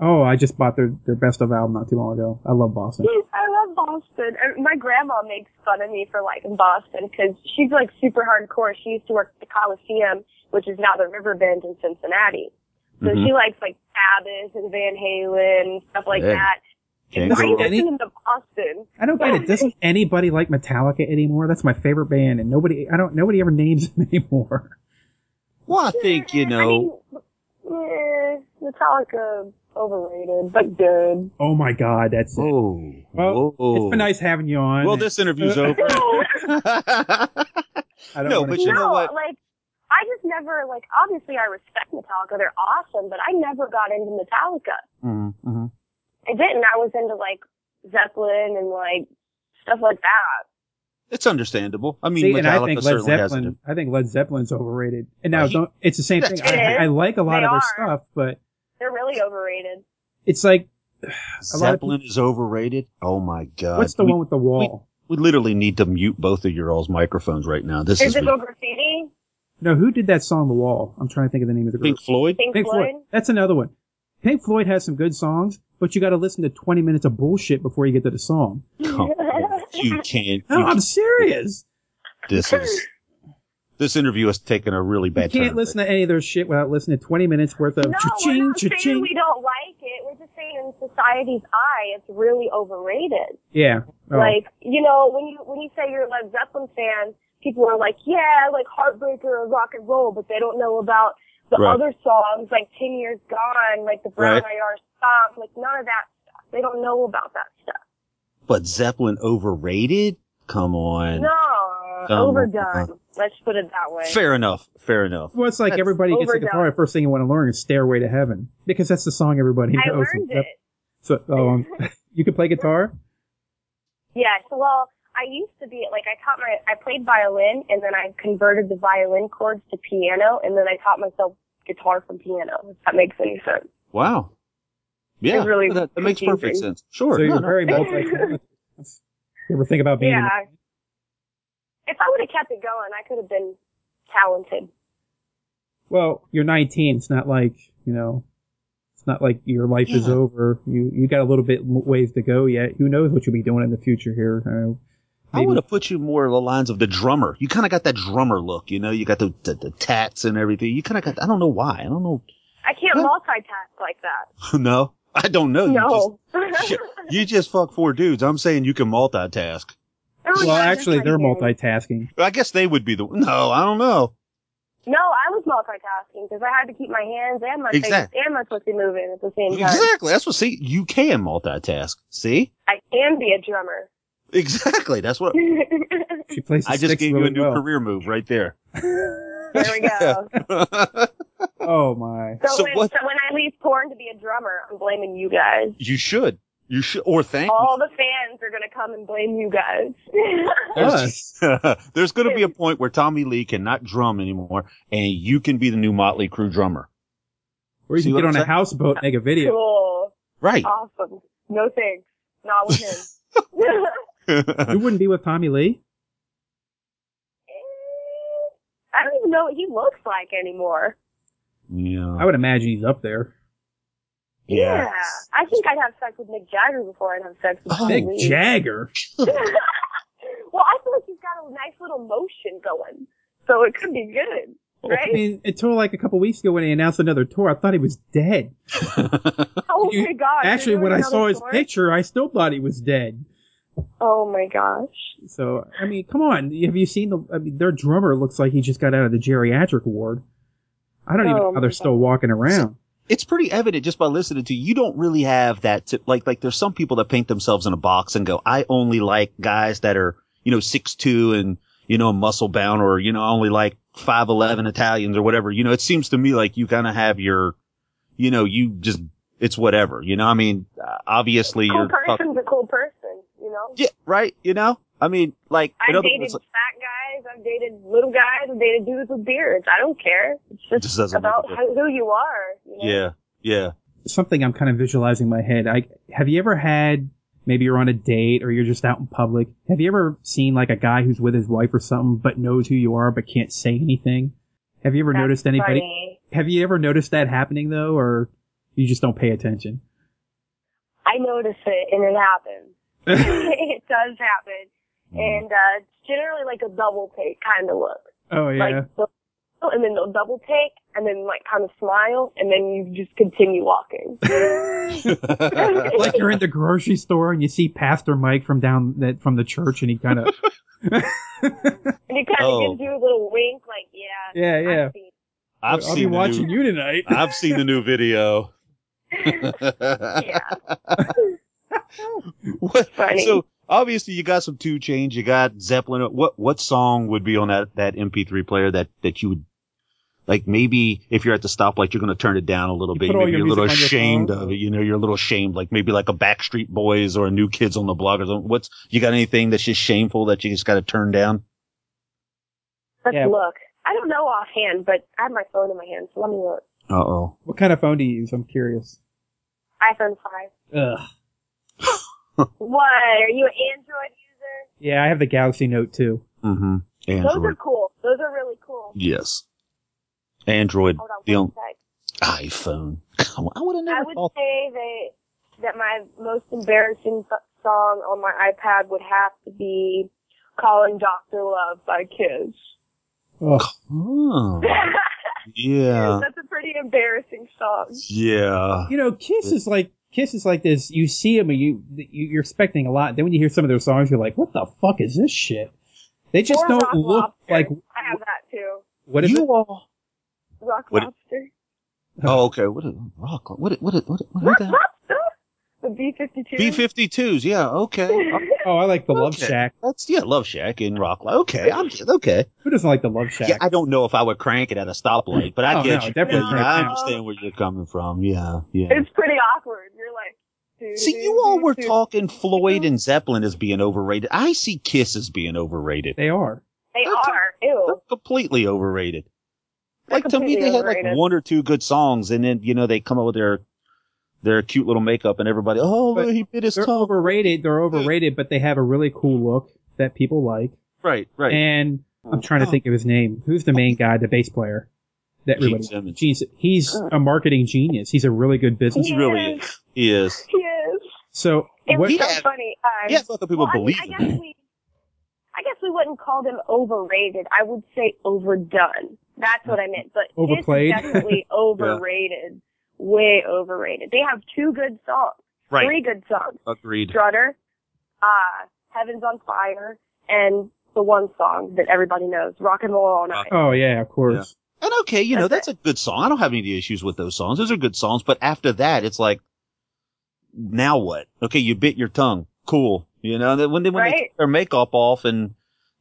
[SPEAKER 4] Oh, I just bought their, their best of album not too long ago. I love Boston.
[SPEAKER 2] I love Boston. And my grandma makes fun of me for liking Boston because she's like super hardcore. She used to work at the Coliseum, which is now the River Bend in Cincinnati. So
[SPEAKER 1] Mhm.
[SPEAKER 2] she likes like Sabbath and Van Halen and stuff like
[SPEAKER 1] Yeah.
[SPEAKER 2] that.
[SPEAKER 1] Can't
[SPEAKER 2] And
[SPEAKER 1] go
[SPEAKER 2] I
[SPEAKER 1] wrong.
[SPEAKER 4] Any-
[SPEAKER 2] listen to Boston.
[SPEAKER 4] I don't get it. Doesn't anybody like Metallica anymore? That's my favorite band, and nobody I don't nobody ever names them anymore.
[SPEAKER 1] Well, I think
[SPEAKER 2] I
[SPEAKER 1] you
[SPEAKER 2] mean,
[SPEAKER 1] know.
[SPEAKER 2] eh, Metallica overrated, but good.
[SPEAKER 4] Oh my god, that's it.
[SPEAKER 1] Oh,
[SPEAKER 4] Well,
[SPEAKER 1] whoa.
[SPEAKER 4] It's been nice having you on.
[SPEAKER 1] Well, this interview's
[SPEAKER 4] Uh,
[SPEAKER 1] over.
[SPEAKER 4] I don't
[SPEAKER 1] no,
[SPEAKER 4] wanna
[SPEAKER 1] but you
[SPEAKER 4] go-
[SPEAKER 1] know
[SPEAKER 2] no,
[SPEAKER 1] what?
[SPEAKER 2] like I just never like. Obviously, I respect Metallica; they're awesome, but I never got into Metallica.
[SPEAKER 1] mm-hmm.
[SPEAKER 2] I didn't. I was into like Zeppelin and like stuff like that.
[SPEAKER 1] It's understandable. I mean,
[SPEAKER 4] See,
[SPEAKER 1] Metallica
[SPEAKER 4] and I think Led
[SPEAKER 1] certainly has it.
[SPEAKER 4] Zeppelin. I think Led Zeppelin's overrated. And now
[SPEAKER 1] Uh, he-
[SPEAKER 4] don't, it's the same thing.
[SPEAKER 1] That's
[SPEAKER 4] I,
[SPEAKER 2] right.
[SPEAKER 4] I like a lot
[SPEAKER 2] They
[SPEAKER 4] of their
[SPEAKER 2] are.
[SPEAKER 4] stuff, but
[SPEAKER 2] They're really overrated.
[SPEAKER 4] it's like A lot of
[SPEAKER 1] Zeppelin is overrated. Oh my god!
[SPEAKER 4] what's the
[SPEAKER 1] we,
[SPEAKER 4] one with the wall?
[SPEAKER 1] We literally need to mute both of your all's microphones right now. This is
[SPEAKER 2] Physical
[SPEAKER 1] ridiculous.
[SPEAKER 2] graffiti.
[SPEAKER 4] No, who did that song, The Wall? I'm trying to think of the name of the group.
[SPEAKER 1] Pink Floyd.
[SPEAKER 2] Pink,
[SPEAKER 4] Pink Floyd.
[SPEAKER 2] Floyd.
[SPEAKER 4] That's another one. Pink Floyd has some good songs, but you got to listen to 20 minutes of bullshit before you get to the song.
[SPEAKER 1] Come on, you can't.
[SPEAKER 4] No,
[SPEAKER 1] you
[SPEAKER 4] I'm
[SPEAKER 1] can't-
[SPEAKER 4] serious.
[SPEAKER 1] This is this interview has taken a really
[SPEAKER 4] You
[SPEAKER 1] bad
[SPEAKER 4] can't
[SPEAKER 1] turn.
[SPEAKER 4] listen to any of their shit without listening to 20 minutes worth of
[SPEAKER 2] No, we're
[SPEAKER 4] cha-ching,
[SPEAKER 2] not saying
[SPEAKER 4] cha-ching.
[SPEAKER 2] we don't like it. We're just saying in society's eye, it's really overrated.
[SPEAKER 4] Yeah. Oh.
[SPEAKER 2] Like you know, when you when you say you're a Led Zeppelin fan, people are like, yeah, like Heartbreaker or rock and roll, but they don't know about the
[SPEAKER 1] Right.
[SPEAKER 2] other songs like Ten Years Gone, like the Brown
[SPEAKER 1] Right.
[SPEAKER 2] Eyed Are song, like none of that stuff. They don't know about that stuff.
[SPEAKER 1] but Zeppelin overrated. Come on.
[SPEAKER 2] No,
[SPEAKER 1] Dumb.
[SPEAKER 2] overdone. Let's put it that way.
[SPEAKER 1] Fair enough. Fair enough.
[SPEAKER 4] well, it's like everybody gets a
[SPEAKER 2] overdone.
[SPEAKER 4] guitar. The first thing you want to learn is Stairway to Heaven because that's the song everybody
[SPEAKER 2] I
[SPEAKER 4] knows.
[SPEAKER 2] learned it.
[SPEAKER 4] So, oh, um, you can play guitar?
[SPEAKER 2] Yes. Well, I used to be like I taught my I played violin and then I converted the violin chords to piano and then I taught myself guitar from piano. If that makes any sense.
[SPEAKER 1] Wow. Yeah,
[SPEAKER 2] It's really
[SPEAKER 1] that, that makes perfect
[SPEAKER 2] confusing.
[SPEAKER 1] sense. Sure.
[SPEAKER 4] So
[SPEAKER 1] no,
[SPEAKER 4] you're
[SPEAKER 1] no.
[SPEAKER 4] very multi You ever think about being
[SPEAKER 2] yeah. If I would have kept it going, I could have been talented.
[SPEAKER 4] well, you're 19. It's not like, you know, it's not like your life is
[SPEAKER 1] Yeah.
[SPEAKER 4] over. You you got a little bit m- ways to go yet. Who knows what you'll be doing in the future here? I know.
[SPEAKER 1] I would have put you more along the lines of the drummer. You kind of got that drummer look, you know. You got the the, the tats and everything. You kind of got. I don't know why. I don't know.
[SPEAKER 2] I can't
[SPEAKER 1] Huh?
[SPEAKER 2] multitask like that.
[SPEAKER 1] no, I don't know.
[SPEAKER 2] no.
[SPEAKER 1] You just, shit, you just fuck four dudes. I'm saying you can multitask.
[SPEAKER 2] Oh,
[SPEAKER 4] well,
[SPEAKER 2] yeah,
[SPEAKER 4] actually,
[SPEAKER 2] that's
[SPEAKER 4] they're
[SPEAKER 2] right, dude.
[SPEAKER 4] multitasking.
[SPEAKER 1] I guess they would be the. No, I don't know.
[SPEAKER 2] No, I was was multitasking because I had to keep my hands and my
[SPEAKER 1] Exact-
[SPEAKER 2] face and my pussy moving at the same time.
[SPEAKER 1] Exactly. That's what. See, you can multitask. See,
[SPEAKER 2] I can be a drummer.
[SPEAKER 1] exactly. That's what.
[SPEAKER 4] She plays. The
[SPEAKER 1] I just
[SPEAKER 4] sticks
[SPEAKER 1] gave you
[SPEAKER 4] really
[SPEAKER 1] a new
[SPEAKER 4] well.
[SPEAKER 1] career move right there.
[SPEAKER 2] there we go.
[SPEAKER 4] Oh my!
[SPEAKER 2] So,
[SPEAKER 1] So
[SPEAKER 2] when,
[SPEAKER 1] what-
[SPEAKER 2] so when I leave porn to be a drummer, I'm blaming you guys.
[SPEAKER 1] you should. You should. Or thank.
[SPEAKER 2] All the fans are gonna come and blame you guys.
[SPEAKER 4] Us.
[SPEAKER 1] There's going to be a point where Tommy Lee cannot drum anymore, and you can be the new Motley Crue drummer.
[SPEAKER 4] Or you
[SPEAKER 1] See
[SPEAKER 4] can
[SPEAKER 1] what
[SPEAKER 4] get
[SPEAKER 1] I'm
[SPEAKER 4] on a
[SPEAKER 1] saying?
[SPEAKER 4] houseboat, and make a video.
[SPEAKER 2] cool,
[SPEAKER 1] Right.
[SPEAKER 2] awesome. No thanks, not with him.
[SPEAKER 4] You wouldn't be with Tommy Lee.
[SPEAKER 2] I don't even know what he looks like anymore.
[SPEAKER 4] I
[SPEAKER 1] yeah.
[SPEAKER 4] would imagine he's up there.
[SPEAKER 1] Yeah.
[SPEAKER 2] I think I'd have sex with Mick Jagger before I'd have sex with
[SPEAKER 1] Oh,
[SPEAKER 2] Tommy
[SPEAKER 4] Mick
[SPEAKER 2] Lee.
[SPEAKER 4] Jagger.
[SPEAKER 2] well, I feel like he's got a nice little motion going, so it could be good,
[SPEAKER 4] I
[SPEAKER 2] right?
[SPEAKER 4] mean, until like a couple weeks ago when he announced another tour, I thought he was dead.
[SPEAKER 2] Oh
[SPEAKER 4] you-
[SPEAKER 2] my gosh! they're
[SPEAKER 4] Actually,
[SPEAKER 2] doing
[SPEAKER 4] when I
[SPEAKER 2] another
[SPEAKER 4] saw his
[SPEAKER 2] tour?
[SPEAKER 4] picture, I still thought he was dead.
[SPEAKER 2] oh my gosh!
[SPEAKER 4] So I mean, come on. Have you seen the? I mean, their drummer looks like he just got out of the geriatric ward. I don't even
[SPEAKER 2] Oh,
[SPEAKER 4] know how they're
[SPEAKER 2] my
[SPEAKER 4] still walking around.
[SPEAKER 1] it's pretty evident just by listening to you, you don't really have that tip. Like, like there's some people that paint themselves in a box and go, I only like guys that are, you know, six two and, you know, muscle bound or, you know, I only like 5'11 Italians or whatever. You know, it seems to me like you kind of have your, you know, you just, it's whatever. You know, I mean, uh, obviously
[SPEAKER 2] Cool
[SPEAKER 1] you're, fuck-
[SPEAKER 2] person's a cool person, you know.
[SPEAKER 1] yeah, right. You know, I mean, like, in
[SPEAKER 2] I've
[SPEAKER 1] other
[SPEAKER 2] dated
[SPEAKER 1] words, like,
[SPEAKER 2] fat guys, I've dated little guys, I've dated dudes with beards. I don't care. It's
[SPEAKER 1] it
[SPEAKER 2] just
[SPEAKER 1] just doesn't make a
[SPEAKER 2] about
[SPEAKER 1] difference.
[SPEAKER 2] who you are. You know?
[SPEAKER 1] Yeah. Yeah.
[SPEAKER 4] Something I'm kind of visualizing in my head. I have you ever had? Maybe you're on a date or you're just out in public. Have you ever seen like a guy who's with his wife or something, but knows who you are but can't say anything? Have you ever
[SPEAKER 2] That's
[SPEAKER 4] noticed anybody?
[SPEAKER 2] funny.
[SPEAKER 4] Have you ever noticed that happening though, or you just don't pay attention?
[SPEAKER 2] I notice it and it happens. it does happen.
[SPEAKER 1] Hmm.
[SPEAKER 2] And uh, it's generally like a double take kind of look.
[SPEAKER 4] Oh yeah.
[SPEAKER 2] Like, they'll- and then they'll double take and then like kind of smile and then you just continue walking.
[SPEAKER 4] Like, you're in the grocery store and you see Pastor Mike from down that from the church, and he kind of
[SPEAKER 2] And it kind of
[SPEAKER 1] Oh.
[SPEAKER 2] gives you a little wink like, yeah.
[SPEAKER 4] yeah
[SPEAKER 2] I've
[SPEAKER 4] yeah.
[SPEAKER 2] seen-
[SPEAKER 1] I've
[SPEAKER 4] I'll be
[SPEAKER 1] seen the
[SPEAKER 4] watching
[SPEAKER 1] new,
[SPEAKER 4] you tonight.
[SPEAKER 1] I've seen the new video.
[SPEAKER 2] Yeah.
[SPEAKER 1] What?
[SPEAKER 2] Funny.
[SPEAKER 1] So obviously you got some two chains, you got Zeppelin. What what song would be on that that MP3 player that that you would like? Maybe if you're at the stoplight, you're going to turn it down a little
[SPEAKER 4] You
[SPEAKER 1] bit.
[SPEAKER 4] put all
[SPEAKER 1] Maybe
[SPEAKER 4] your
[SPEAKER 1] you're a little
[SPEAKER 4] music on your
[SPEAKER 1] ashamed
[SPEAKER 4] phone.
[SPEAKER 1] of it. You know, you're a little ashamed. Like maybe like a Backstreet Boys or a New Kids on the Block or something. What's you got anything that's just shameful that you just got to turn down?
[SPEAKER 2] Let's
[SPEAKER 4] Yeah.
[SPEAKER 2] look. I don't know offhand, but I have my phone in my hand, so let me look.
[SPEAKER 1] Uh oh.
[SPEAKER 4] What kind of phone do you use? I'm curious.
[SPEAKER 2] iPhone 5.
[SPEAKER 4] Ugh.
[SPEAKER 2] What? Are you an Android user?
[SPEAKER 4] Yeah, I have the Galaxy Note too.
[SPEAKER 1] Mm-hmm.
[SPEAKER 2] Those are
[SPEAKER 1] Android.
[SPEAKER 2] cool. Those are really cool.
[SPEAKER 1] Yes. Android.
[SPEAKER 2] Hold
[SPEAKER 1] The
[SPEAKER 2] on
[SPEAKER 1] on-
[SPEAKER 2] one sec.
[SPEAKER 1] iPhone. I would have
[SPEAKER 2] I
[SPEAKER 1] never
[SPEAKER 2] would
[SPEAKER 1] thought.
[SPEAKER 2] say that that my most embarrassing so- song on my iPad would have to be "Calling Doctor Love" by Kiss.
[SPEAKER 4] Ugh.
[SPEAKER 1] Oh. Yeah.
[SPEAKER 2] That's a pretty embarrassing song.
[SPEAKER 1] Yeah.
[SPEAKER 4] You know, Kiss is like Kiss is like this. You see them and you, you you're expecting a lot. Then when you hear some of their songs, you're like, what the fuck is this shit? They just
[SPEAKER 2] Or
[SPEAKER 4] don't
[SPEAKER 2] Rock
[SPEAKER 4] look
[SPEAKER 2] Lobster.
[SPEAKER 4] like
[SPEAKER 2] I have that too.
[SPEAKER 4] what is
[SPEAKER 1] you
[SPEAKER 4] it?
[SPEAKER 1] all.
[SPEAKER 2] Rock
[SPEAKER 1] What-
[SPEAKER 2] Lobster.
[SPEAKER 1] Oh, okay. What is rock? What? What? What? What? what
[SPEAKER 2] Rock
[SPEAKER 1] the
[SPEAKER 2] Lobster. The B fifty two.
[SPEAKER 1] B fifty twos? Yeah. Okay. Uh,
[SPEAKER 4] Oh, I like the Love
[SPEAKER 1] Okay.
[SPEAKER 4] Shack.
[SPEAKER 1] That's yeah. Love Shack in rock. Li- Okay. I'm okay.
[SPEAKER 4] Who doesn't like the Love Shack?
[SPEAKER 1] Yeah. I don't know if I would crank it at a stoplight, but I
[SPEAKER 4] Oh,
[SPEAKER 1] get
[SPEAKER 4] no,
[SPEAKER 1] you.
[SPEAKER 4] definitely
[SPEAKER 1] Yeah,
[SPEAKER 4] crank
[SPEAKER 1] I
[SPEAKER 4] it.
[SPEAKER 1] understand where you're coming from. Yeah. Yeah.
[SPEAKER 2] It's pretty awkward. You're like. doo,
[SPEAKER 1] See,
[SPEAKER 2] doo,
[SPEAKER 1] you all
[SPEAKER 2] doo,
[SPEAKER 1] were
[SPEAKER 2] doo.
[SPEAKER 1] talking Floyd and Zeppelin as being overrated. I see Kiss as being overrated.
[SPEAKER 4] They are.
[SPEAKER 2] They
[SPEAKER 1] That's-
[SPEAKER 2] are. Ew.
[SPEAKER 1] They're completely overrated.
[SPEAKER 2] They're
[SPEAKER 1] Like to me,
[SPEAKER 2] completely
[SPEAKER 1] they had like
[SPEAKER 2] overrated.
[SPEAKER 1] one or two good songs, and then you know they come up with their their cute little makeup, and everybody, oh,
[SPEAKER 4] But
[SPEAKER 1] he bit his
[SPEAKER 4] They're
[SPEAKER 1] tongue.
[SPEAKER 4] overrated. They're overrated, but they have a really cool look that people like.
[SPEAKER 1] Right, right.
[SPEAKER 4] And I'm trying to
[SPEAKER 1] Oh.
[SPEAKER 4] think of his name. Who's the main guy, the bass player? That
[SPEAKER 1] Gene
[SPEAKER 4] everybody.
[SPEAKER 1] Simmons.
[SPEAKER 4] Gene- he's a marketing genius. He's a really good business.
[SPEAKER 1] He really
[SPEAKER 2] Yes.
[SPEAKER 1] is. He is.
[SPEAKER 2] Yes.
[SPEAKER 4] So
[SPEAKER 2] It
[SPEAKER 4] what?
[SPEAKER 2] was so
[SPEAKER 1] Yeah.
[SPEAKER 2] funny. Um,
[SPEAKER 1] Yeah, fucking people
[SPEAKER 2] well, I mean,
[SPEAKER 1] believe
[SPEAKER 2] I,
[SPEAKER 1] in
[SPEAKER 2] guess
[SPEAKER 1] him.
[SPEAKER 2] we, I guess we wouldn't call them overrated. I would say overdone. That's what I meant. But Kiss is
[SPEAKER 4] Overplayed?
[SPEAKER 2] definitely overrated. Way overrated. They have two good songs,
[SPEAKER 1] Right.
[SPEAKER 2] three good songs:
[SPEAKER 1] Agreed.
[SPEAKER 2] Strutter, uh, Heaven's on Fire, and the one song that everybody knows, Rock and Roll All Night.
[SPEAKER 4] Oh yeah, of course.
[SPEAKER 1] And okay, you know,
[SPEAKER 2] That's
[SPEAKER 1] that's a good song. I don't have any issues with those songs. Those are good songs. But after that, it's like, now what? Okay, you bit your tongue. Cool. You know, then when they, when they
[SPEAKER 2] Right.
[SPEAKER 1] took their makeup off and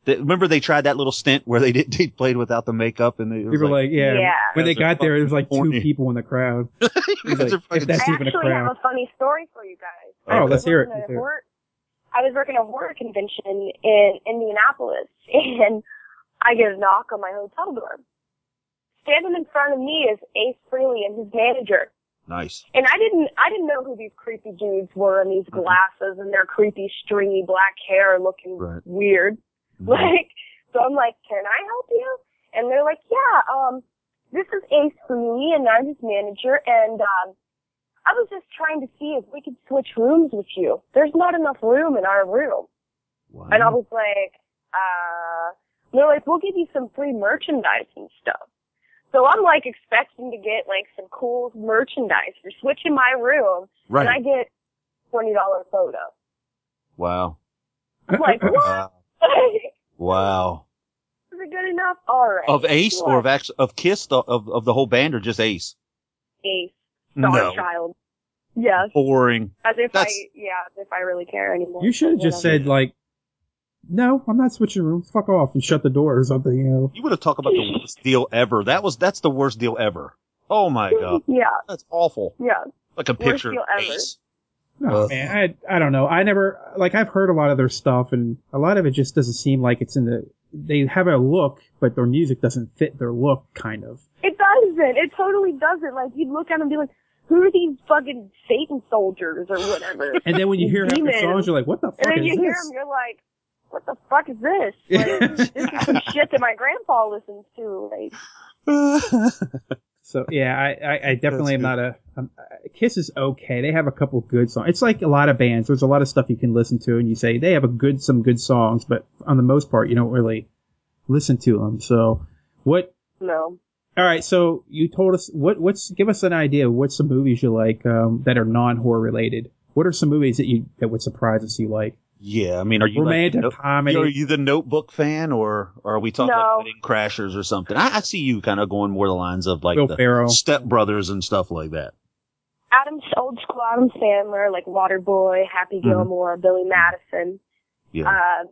[SPEAKER 1] they, remember they tried that little stint where they did, they played without the makeup and they, it
[SPEAKER 4] They
[SPEAKER 1] was
[SPEAKER 4] were
[SPEAKER 1] like,
[SPEAKER 4] like, yeah. When they
[SPEAKER 1] That's a
[SPEAKER 4] got there, there was like two
[SPEAKER 1] corny.
[SPEAKER 4] people in the crowd.
[SPEAKER 1] you guys
[SPEAKER 4] like,
[SPEAKER 1] are
[SPEAKER 4] if
[SPEAKER 1] fucking
[SPEAKER 4] that's-
[SPEAKER 2] I
[SPEAKER 4] even a
[SPEAKER 2] actually have
[SPEAKER 4] crowd.
[SPEAKER 2] a funny story for you guys.
[SPEAKER 1] Oh,
[SPEAKER 2] I was
[SPEAKER 4] let's hear it.
[SPEAKER 2] working at
[SPEAKER 4] Let's
[SPEAKER 2] a
[SPEAKER 4] hear it.
[SPEAKER 2] horror- I was working at a horror convention in Indianapolis, and I get a knock on my hotel door. Standing in front of me is Ace Frehley and his manager,
[SPEAKER 1] nice.
[SPEAKER 2] and I didn't I didn't know who these creepy dudes were and these
[SPEAKER 4] Mm-hmm.
[SPEAKER 1] Mhm.
[SPEAKER 2] glasses and their creepy stringy black hair looking
[SPEAKER 1] Right.
[SPEAKER 2] weird. Like, so I'm like, can I help you? And they're like, yeah, um, this is Ace Frehley and I'm his manager and, um, I was just trying to see if we could switch rooms with you. There's not enough room in our room.
[SPEAKER 1] Wow.
[SPEAKER 2] And I was like, uh, and they're like, we'll give you some free merchandise and stuff. So I'm like expecting to get like some cool merchandise for switching my room
[SPEAKER 1] right.
[SPEAKER 2] and I get $20 photo.
[SPEAKER 1] wow. Uh,
[SPEAKER 2] I'm like, what?
[SPEAKER 4] Uh,
[SPEAKER 1] Wow. Wow.
[SPEAKER 2] Is it good enough? All right.
[SPEAKER 1] Of Ace or of
[SPEAKER 2] What?
[SPEAKER 1] act- of Kiss the, of of the whole band or just Ace?
[SPEAKER 2] Ace.
[SPEAKER 1] No.
[SPEAKER 2] Child. Yes.
[SPEAKER 1] Boring.
[SPEAKER 2] As if
[SPEAKER 1] That's-
[SPEAKER 2] I, yeah, as if I really care anymore.
[SPEAKER 4] You should have just
[SPEAKER 2] Whatever.
[SPEAKER 4] said like, no, I'm not switching rooms. Fuck off and shut the door or something. You know.
[SPEAKER 1] You would have talked about the worst deal ever. That was that's the worst deal ever. Oh my god,
[SPEAKER 2] Yeah,
[SPEAKER 1] that's awful.
[SPEAKER 2] yeah.
[SPEAKER 1] Like a picture of
[SPEAKER 2] deal ever.
[SPEAKER 1] Ace.
[SPEAKER 4] No,
[SPEAKER 1] Ugh.
[SPEAKER 4] man, I I don't know. I never like I've heard a lot of their stuff, and a lot of it just doesn't seem like it's in the. They have a look, but their music doesn't fit their look, kind of.
[SPEAKER 2] It doesn't. It totally doesn't. Like, you'd look at them and be like, who are these fucking Satan soldiers or whatever?
[SPEAKER 4] And then when you hear half the
[SPEAKER 2] Demon.
[SPEAKER 4] songs, you're like, "What the fuck
[SPEAKER 2] and then
[SPEAKER 4] is
[SPEAKER 2] you hear
[SPEAKER 4] this?"
[SPEAKER 2] them, you're like, what the fuck is this? Like, this is some shit that my grandpa listens to. Like,
[SPEAKER 4] So yeah, I, I, I definitely am
[SPEAKER 1] good.
[SPEAKER 4] not a um, uh, Kiss is okay. They have a couple good songs. It's like a lot of bands. There's a lot of stuff you can listen to, and you say they have a good some good songs, but on the most part, you don't really listen to them. So what?
[SPEAKER 2] no.
[SPEAKER 4] All right, so you told us what what's give us an idea of what some movies you like um, that are non horror related. What are some movies that you that would surprise us you like?
[SPEAKER 1] yeah, I mean, are you like,
[SPEAKER 4] Romantic
[SPEAKER 1] no-
[SPEAKER 4] comedy.
[SPEAKER 1] are you the Notebook fan, or, or are we talking
[SPEAKER 2] No.
[SPEAKER 1] like Wedding Crashers or something? I, I see you kind of going more the lines of like
[SPEAKER 4] Will
[SPEAKER 1] the
[SPEAKER 4] Ferrell.
[SPEAKER 1] Step Brothers and stuff like that.
[SPEAKER 2] Adam, old school Adam Sandler, like Waterboy, Happy
[SPEAKER 4] Mm-hmm.
[SPEAKER 2] Gilmore, Billy Madison.
[SPEAKER 1] Yeah,
[SPEAKER 2] Uh,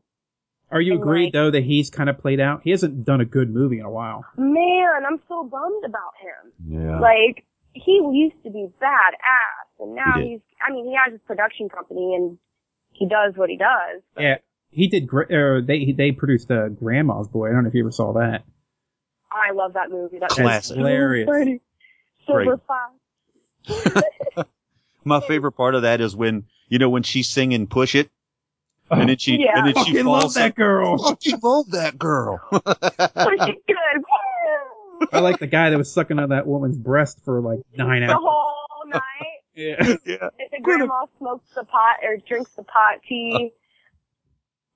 [SPEAKER 4] Are you
[SPEAKER 2] and,
[SPEAKER 4] agreed
[SPEAKER 2] like-
[SPEAKER 4] though that he's kind of played out? He hasn't done a good movie in a while.
[SPEAKER 2] man, I'm so bummed about him.
[SPEAKER 1] yeah.
[SPEAKER 2] Like he used to be badass, and now
[SPEAKER 1] He did.
[SPEAKER 2] he's. I mean, he has his production company, and he does what he does.
[SPEAKER 4] Yeah, he did. Gra- or they he- they produced uh, Grandma's Boy. I don't know if you ever saw that.
[SPEAKER 2] I love that movie. That
[SPEAKER 1] Classic.
[SPEAKER 4] Hilarious.
[SPEAKER 2] Funny. Silver
[SPEAKER 1] Great.
[SPEAKER 2] Fox.
[SPEAKER 1] My favorite part of that is when you know when she's singing "Push It," and then she
[SPEAKER 2] Yeah.
[SPEAKER 1] and then she
[SPEAKER 4] Fucking love
[SPEAKER 1] falls.
[SPEAKER 4] that girl.
[SPEAKER 1] Fucking love that girl.
[SPEAKER 2] Pretty good.
[SPEAKER 4] I like the guy that was sucking on that woman's breast for like nine
[SPEAKER 2] the
[SPEAKER 4] hours.
[SPEAKER 2] whole night.
[SPEAKER 4] Yeah.
[SPEAKER 1] yeah.
[SPEAKER 2] If the grandma smokes the pot or drinks the pot tea.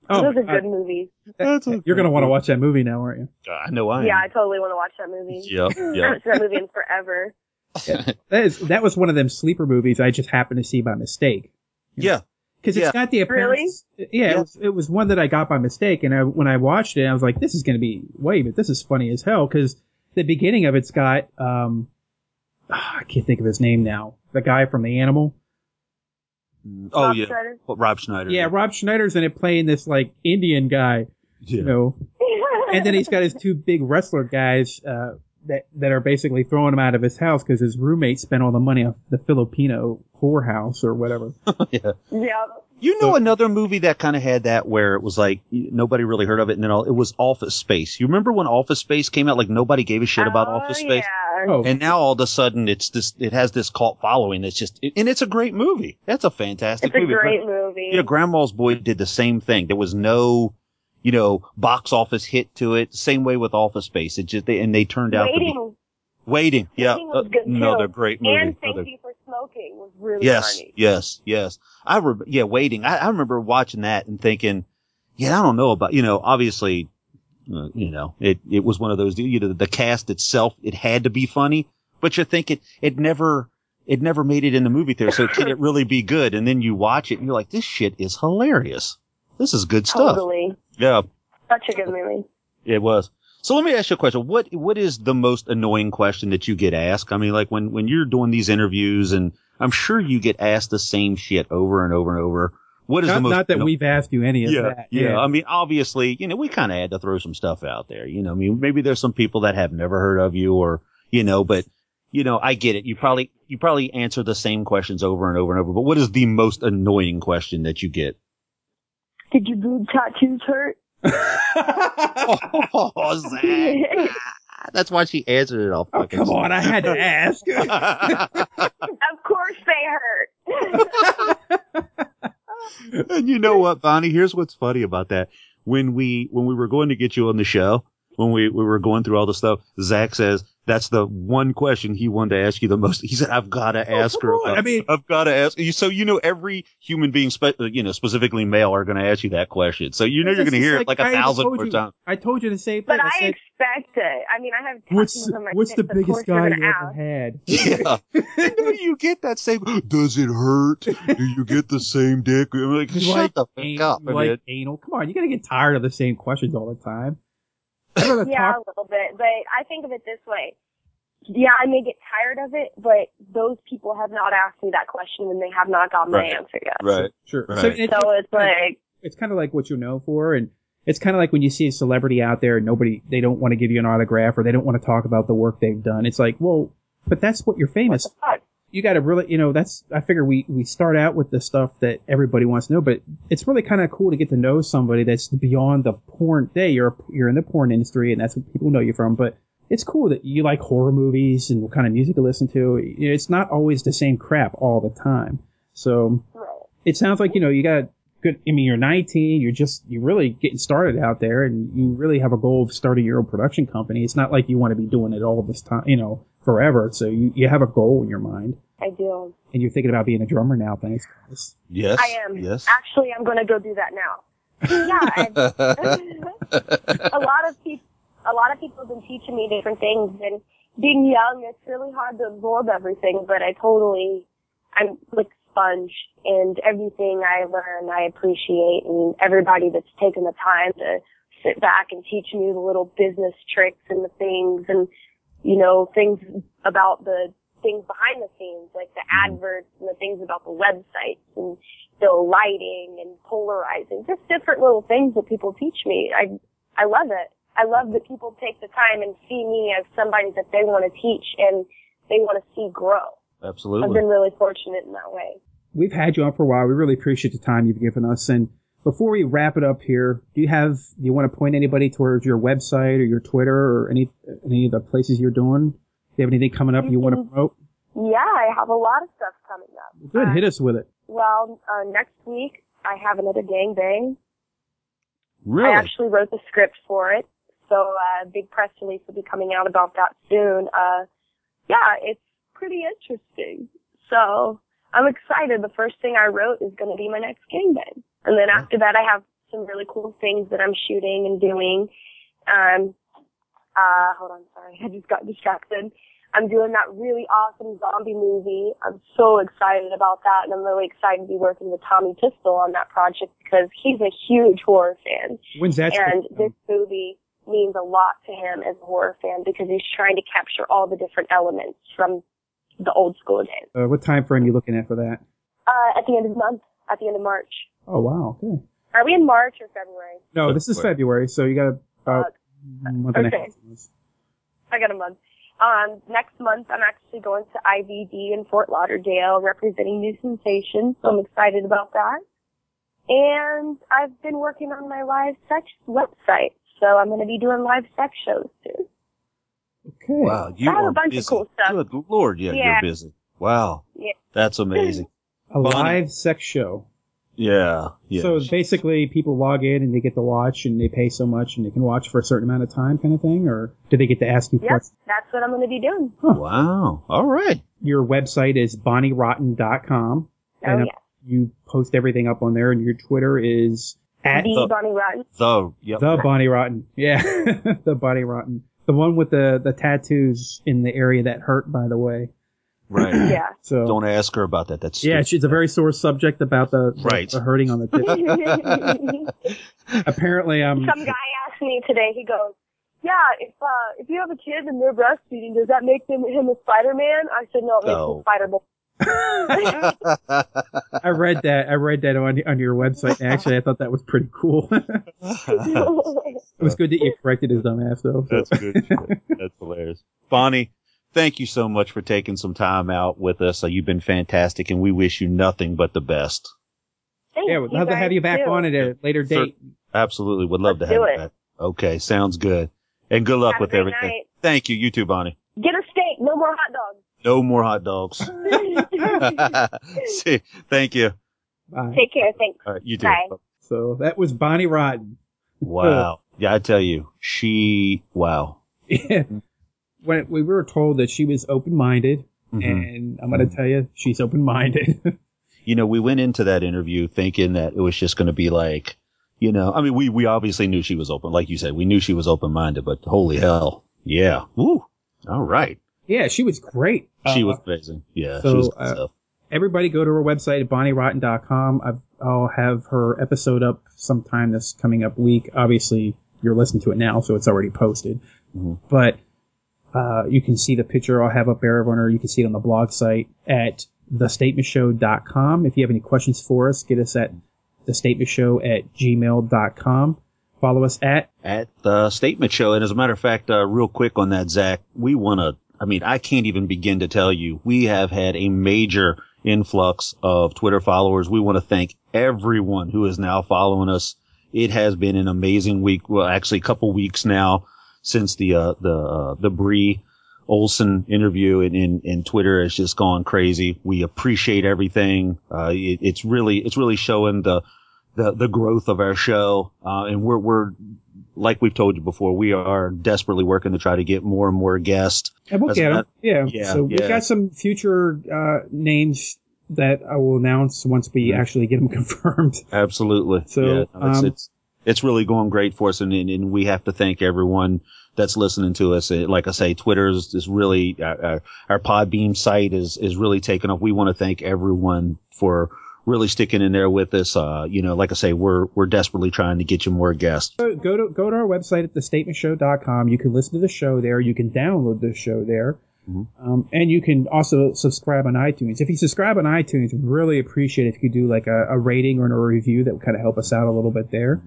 [SPEAKER 4] Oh,
[SPEAKER 2] Those
[SPEAKER 4] my
[SPEAKER 2] are
[SPEAKER 4] God.
[SPEAKER 2] good movies.
[SPEAKER 1] That's a
[SPEAKER 4] you're gonna
[SPEAKER 1] great
[SPEAKER 4] want to
[SPEAKER 1] movie.
[SPEAKER 4] watch that movie now, aren't you?
[SPEAKER 1] I know I am.
[SPEAKER 2] Yeah, I totally want to watch that movie.
[SPEAKER 1] Yep,
[SPEAKER 2] I
[SPEAKER 1] yep.
[SPEAKER 2] haven't seen that movie in forever.
[SPEAKER 4] That is that was one of them sleeper movies I just happened to see by mistake.
[SPEAKER 1] yeah.
[SPEAKER 4] because it's
[SPEAKER 1] Yeah.
[SPEAKER 4] got the appearance. Yeah,
[SPEAKER 1] Yeah.
[SPEAKER 4] It, was, it was one that I got by mistake, and I, when I watched it, I was like, "This is going to be way, but this is funny as hell." Because the beginning of it's got um, ah, I can't think of his name now. The guy from The Animal.
[SPEAKER 1] Oh
[SPEAKER 2] Rob
[SPEAKER 1] yeah.
[SPEAKER 2] Schneider.
[SPEAKER 1] Well, Rob Schneider.
[SPEAKER 4] Yeah, Rob Schneider's in it playing this like Indian guy,
[SPEAKER 1] Yeah.
[SPEAKER 4] you know, and then he's got his two big wrestler guys uh, that that are basically throwing him out of his house because his roommate spent all the money on the Filipino whorehouse or whatever.
[SPEAKER 2] yeah.
[SPEAKER 1] You know another movie that kind of had that where it was like y- nobody really heard of it, and then all, it was Office Space. You remember when Office Space came out? Like nobody gave a shit about
[SPEAKER 2] Oh,
[SPEAKER 1] Office Space.
[SPEAKER 2] Yeah.
[SPEAKER 4] Oh,
[SPEAKER 1] And now all of a sudden it's this, it has this cult following. That's just, and it's a great movie. That's a fantastic
[SPEAKER 2] It's a
[SPEAKER 1] movie.
[SPEAKER 2] great movie.
[SPEAKER 1] Yeah, Grandma's Boy did the same thing. There was no, you know, box office hit to it. Same way with Office Space. It just, they, and they turned out to be
[SPEAKER 2] Waiting
[SPEAKER 1] waiting. Yeah,
[SPEAKER 2] Waiting was
[SPEAKER 1] uh,
[SPEAKER 2] good, too.
[SPEAKER 1] another great movie.
[SPEAKER 2] and thank
[SPEAKER 1] Another-
[SPEAKER 2] you for smoking was really
[SPEAKER 1] yes,
[SPEAKER 2] funny.
[SPEAKER 1] yes, yes. I re- yeah, waiting. I, I remember watching that and thinking, yeah, I don't know about you know. Obviously, uh, you know, it it was one of those. You know, the cast itself, it had to be funny, but you're thinking it never. It never made it in the movie theater, so can it really be good? And then you watch it, and you're like, "This shit is hilarious. This is good stuff."
[SPEAKER 2] Totally.
[SPEAKER 1] Yeah,
[SPEAKER 2] Such a good movie.
[SPEAKER 1] it was. So let me ask you a question. What what is the most annoying question that you get asked? I mean, like when when you're doing these interviews, and I'm sure you get asked the same shit over and over and over. What is
[SPEAKER 4] Not,
[SPEAKER 1] the most
[SPEAKER 4] not that
[SPEAKER 1] anno-
[SPEAKER 4] we've asked you any of
[SPEAKER 1] yeah,
[SPEAKER 4] that.
[SPEAKER 1] Yeah. I mean, obviously, you know, we kind of had to throw some stuff out there. You know, I mean, maybe there's some people that have never heard of you or, you know, but, you know, I get it. You probably, you probably answer the same questions over and over and over. But what is the most annoying question that you get?
[SPEAKER 2] Did your boob tattoos hurt?
[SPEAKER 1] Oh, Zach. That's why she answered it all.
[SPEAKER 4] Oh, come on. I had to ask.
[SPEAKER 2] of course they hurt.
[SPEAKER 1] and you know what, Bonnie? Here's what's funny about that. When we when we were going to get you on the show, when we, we were going through all the stuff, Zach says that's the one question he wanted to ask you the most. He said, "I've got to ask
[SPEAKER 4] Oh, come
[SPEAKER 1] her."
[SPEAKER 4] on.
[SPEAKER 1] About,
[SPEAKER 4] I mean-
[SPEAKER 1] I've got to ask you. So you know, every human being, spe- uh, you know, specifically male, are going to ask you that question. So you know, you're
[SPEAKER 4] This
[SPEAKER 1] going to
[SPEAKER 4] is
[SPEAKER 1] hear it like
[SPEAKER 4] I
[SPEAKER 1] a
[SPEAKER 4] even
[SPEAKER 1] thousand
[SPEAKER 4] told
[SPEAKER 1] more
[SPEAKER 4] you-
[SPEAKER 1] times.
[SPEAKER 4] I told you the same thing.
[SPEAKER 2] but
[SPEAKER 4] I
[SPEAKER 2] I
[SPEAKER 4] said,
[SPEAKER 2] expect it. I mean, I have
[SPEAKER 4] what's,
[SPEAKER 2] tattoos on my
[SPEAKER 4] what's the
[SPEAKER 2] face, of
[SPEAKER 4] biggest
[SPEAKER 2] course they're
[SPEAKER 4] guy you
[SPEAKER 2] gonna
[SPEAKER 4] ever
[SPEAKER 2] ask.
[SPEAKER 4] had?
[SPEAKER 1] Yeah. you know, you get that same, does it hurt? Do you get the same dick? I'm like,
[SPEAKER 4] You
[SPEAKER 1] shut
[SPEAKER 4] like
[SPEAKER 1] the fuck
[SPEAKER 4] anal,
[SPEAKER 1] up.
[SPEAKER 4] you
[SPEAKER 1] I mean,
[SPEAKER 4] like anal. Come on, you gotta get tired of the same questions all the time. I'd rather
[SPEAKER 2] Yeah,
[SPEAKER 4] talk.
[SPEAKER 2] a little bit, but I think of it this way. Yeah, I may get tired of it, but those people have not asked me that question and they have not gotten my
[SPEAKER 1] Right.
[SPEAKER 2] answer yet.
[SPEAKER 1] right.
[SPEAKER 4] Sure.
[SPEAKER 1] Right.
[SPEAKER 4] So it-
[SPEAKER 2] So it's like,
[SPEAKER 4] it's kind of like what you're known for, and it's kind of like when you see a celebrity out there and nobody they don't want to give you an autograph or they don't want to talk about the work they've done. It's like, well, but that's what you're famous.
[SPEAKER 2] fuck?
[SPEAKER 4] You got to really, you know, that's I figure we we start out with the stuff that everybody wants to know, but it's really kind of cool to get to know somebody that's beyond the porn. Day you're you're in the porn industry, and that's what people know you from, but. It's cool that you like horror movies and what kind of music you listen to. You know, It's not always the same crap all the time. So
[SPEAKER 2] right.
[SPEAKER 4] it sounds like you know you got good i mean you're 19 you're just you're really getting started out there and you really have a goal of starting your own production company it's not like you want to be doing it all this time you know forever so you, you have a goal in your mind
[SPEAKER 2] I do.
[SPEAKER 4] and you're thinking about being a drummer now thanks guys
[SPEAKER 1] Yes.
[SPEAKER 2] I am.
[SPEAKER 1] Yes.
[SPEAKER 2] Actually, I'm going to go do that now. yeah. and- a lot of people, a lot of people have been teaching me different things, and being young, it's really hard to absorb everything. But I totally, I'm like sponge, and everything I learn, I appreciate, and everybody that's taken the time to sit back and teach me the little business tricks and the things, and you know, things about the things behind the scenes, like the
[SPEAKER 4] Mm-hmm.
[SPEAKER 2] adverts and the things about the websites and the lighting and polarizing, just different little things that people teach me. I, I love it. I love that people take the time and see me as somebody that they want to teach and they want to see grow. I've
[SPEAKER 1] Absolutely.
[SPEAKER 2] been really fortunate in that way.
[SPEAKER 4] we've had you on for a while we really appreciate the time you've given us and before we wrap it up here do you have do you want to point anybody towards your website or your twitter or any any of the places you're doing do you have anything coming up you want to promote
[SPEAKER 2] Yeah, I have a lot of stuff coming up. Um,
[SPEAKER 4] good hit us with it
[SPEAKER 2] Well, uh, next week I have another gangbang. I
[SPEAKER 1] Really?
[SPEAKER 2] actually wrote the script for it, so uh, a big press release will be coming out about that soon. Uh, yeah, it's pretty interesting. So I'm excited. The first thing I wrote is going to be my next gangbang, and then after that, I have some really cool things that I'm shooting and doing. Um, uh, hold on, sorry, I just got distracted. I'm doing that really awesome zombie movie. I'm so excited about that, and I'm really excited to be working with Tommy Pistol on that project because he's a huge horror fan
[SPEAKER 4] when's that
[SPEAKER 2] and
[SPEAKER 4] supposed to
[SPEAKER 2] this movie means a lot to him as a horror fan because he's trying to capture all the different elements from the old school days.
[SPEAKER 4] Uh, what time frame are you looking at for that?
[SPEAKER 2] Uh, at the end of the month, at the end of March.
[SPEAKER 4] Oh wow, okay.
[SPEAKER 2] Are we in March or February?
[SPEAKER 4] No, this is February, so you got about a month and a
[SPEAKER 2] Uh, Okay.
[SPEAKER 4] half.
[SPEAKER 2] I got a month. Um, next month, I'm actually going to IVD in Fort Lauderdale representing New Sensations, so I'm excited about that. And I've been working on my live sex website, so I'm going to be doing live sex shows soon.
[SPEAKER 4] Okay.
[SPEAKER 1] Wow. You
[SPEAKER 2] I have a
[SPEAKER 1] are
[SPEAKER 2] bunch of
[SPEAKER 1] busy.
[SPEAKER 2] cool stuff.
[SPEAKER 1] Good lord. Yeah,
[SPEAKER 2] Yeah.
[SPEAKER 1] You're busy. Wow.
[SPEAKER 2] Yeah.
[SPEAKER 1] That's amazing.
[SPEAKER 4] A
[SPEAKER 1] Bonnie.
[SPEAKER 4] live sex show.
[SPEAKER 1] Yeah. Yeah.
[SPEAKER 4] So basically, people log in and they get to watch, and they pay so much, and they can watch for a certain amount of time, kind of thing. Or do they get to ask you
[SPEAKER 2] Yep,
[SPEAKER 4] questions?
[SPEAKER 2] that's what I'm going to be doing.
[SPEAKER 1] wow. All right.
[SPEAKER 4] Your website is bonnierotten.com,
[SPEAKER 2] Oh,
[SPEAKER 4] and uh,
[SPEAKER 2] yeah.
[SPEAKER 4] you post everything up on there, and your Twitter is at
[SPEAKER 2] the
[SPEAKER 1] the-
[SPEAKER 2] Bonnie Rotten.
[SPEAKER 1] The, yep.
[SPEAKER 4] the Bonnie Rotten. Yeah, the Bonnie Rotten, the one with the the tattoos in the area that hurt, by the way.
[SPEAKER 1] right.
[SPEAKER 2] Yeah.
[SPEAKER 4] So
[SPEAKER 1] Don't ask her about that. That's
[SPEAKER 4] Yeah,
[SPEAKER 1] stupid.
[SPEAKER 4] it's, it's a very sore subject about the, the-
[SPEAKER 1] Right.
[SPEAKER 4] the hurting on the tip.
[SPEAKER 2] Some
[SPEAKER 4] Apparently, um,
[SPEAKER 2] guy asked me today, he goes, yeah, if uh, if you have a kid and they're breastfeeding, does that make them him a Spider Man? I said no, it makes
[SPEAKER 1] No.
[SPEAKER 2] him Spider Man.
[SPEAKER 4] I read that. I read that on on your website. And actually, I thought that was pretty cool. it was good that you corrected his dumbass though. So.
[SPEAKER 1] That's good. shit. That's hilarious. Bonnie, thank you so much for taking some time out with us. Uh, You've been fantastic, and we wish you nothing but the best.
[SPEAKER 4] Yeah, we'd love to have you back on at a later
[SPEAKER 1] Sure.
[SPEAKER 4] date.
[SPEAKER 1] Absolutely, would love
[SPEAKER 2] Let's
[SPEAKER 1] to have
[SPEAKER 2] do
[SPEAKER 1] you
[SPEAKER 2] it.
[SPEAKER 1] back. Okay, sounds good. And good luck
[SPEAKER 2] Have a
[SPEAKER 1] with
[SPEAKER 2] great
[SPEAKER 1] everything.
[SPEAKER 2] night.
[SPEAKER 1] Thank you. You too, Bonnie.
[SPEAKER 2] Get a steak, no more hot
[SPEAKER 1] No more hot dogs.
[SPEAKER 2] dogs.
[SPEAKER 1] See, thank you.
[SPEAKER 4] Bye.
[SPEAKER 2] Take care, thanks.
[SPEAKER 1] All right, you too.
[SPEAKER 2] Bye.
[SPEAKER 4] So that was Bonnie Rotten.
[SPEAKER 1] Wow. Yeah, I tell you, she. Wow.
[SPEAKER 4] when we were told that she was open minded,
[SPEAKER 1] Mhm.
[SPEAKER 4] and I'm gonna tell you, she's open minded.
[SPEAKER 1] you know, we went into that interview thinking that it was just going to be like, you know, I mean, we, we obviously knew she was open. Like you said, we knew she was open minded, but holy hell. Yeah. Woo. All right.
[SPEAKER 4] yeah, she was great.
[SPEAKER 1] she
[SPEAKER 4] Uh,
[SPEAKER 1] was amazing. Yeah.
[SPEAKER 4] so,
[SPEAKER 1] she was good
[SPEAKER 4] uh,
[SPEAKER 1] stuff.
[SPEAKER 4] everybody go to her website at bonnierotten.com. I've, I'll have her episode up sometime this coming up week. Obviously, you're listening to it now, so it's already posted.
[SPEAKER 1] Mhm.
[SPEAKER 4] But uh, you can see the picture I'll have up there of her. You can see it on the blog site at thestatementshow.com. If you have any questions for us, get us at thestatementshow at gmail.com. Follow us at
[SPEAKER 1] At the statement show. And as a matter of fact, uh, real quick on that, Zach, we want to, I mean, I can't even begin to tell you, we have had a major influx of Twitter followers. We want to thank everyone who is now following us. It has been an amazing week. Well, actually a couple weeks now. since the uh, the uh, the Bree Olson interview and in, in Twitter has just gone crazy. We appreciate everything. Uh, it, it's really it's really showing the the, the growth of our show, uh, and we're we're like we've told you before, we are desperately working to try to get more and more guests.
[SPEAKER 4] And we'll
[SPEAKER 1] That's
[SPEAKER 4] get 'em.
[SPEAKER 1] not-
[SPEAKER 4] Yeah.
[SPEAKER 1] yeah,
[SPEAKER 4] So we've
[SPEAKER 1] yeah.
[SPEAKER 4] got some future uh, names that I will announce once we
[SPEAKER 1] Mhm.
[SPEAKER 4] actually get them confirmed.
[SPEAKER 1] Absolutely.
[SPEAKER 4] So,
[SPEAKER 1] yeah, no, it's,
[SPEAKER 4] um,
[SPEAKER 1] it's it's really going great for us, and, and, and we have to thank everyone that's listening to us. It- like I say, Twitter is, is really our, our, our Podbeam site is is really taking off. We want to thank everyone for really sticking in there with us. Uh, you know, like I say, we're we're desperately trying to get you more guests.
[SPEAKER 4] So go to go to our website at thestatementshow.com. You can listen to the show there. You can download the show there.
[SPEAKER 1] Mhm.
[SPEAKER 4] Um, and you can also subscribe on iTunes. If you subscribe on iTunes, we really appreciate if you do like a, a rating or a review that would kind of help us out a little bit there.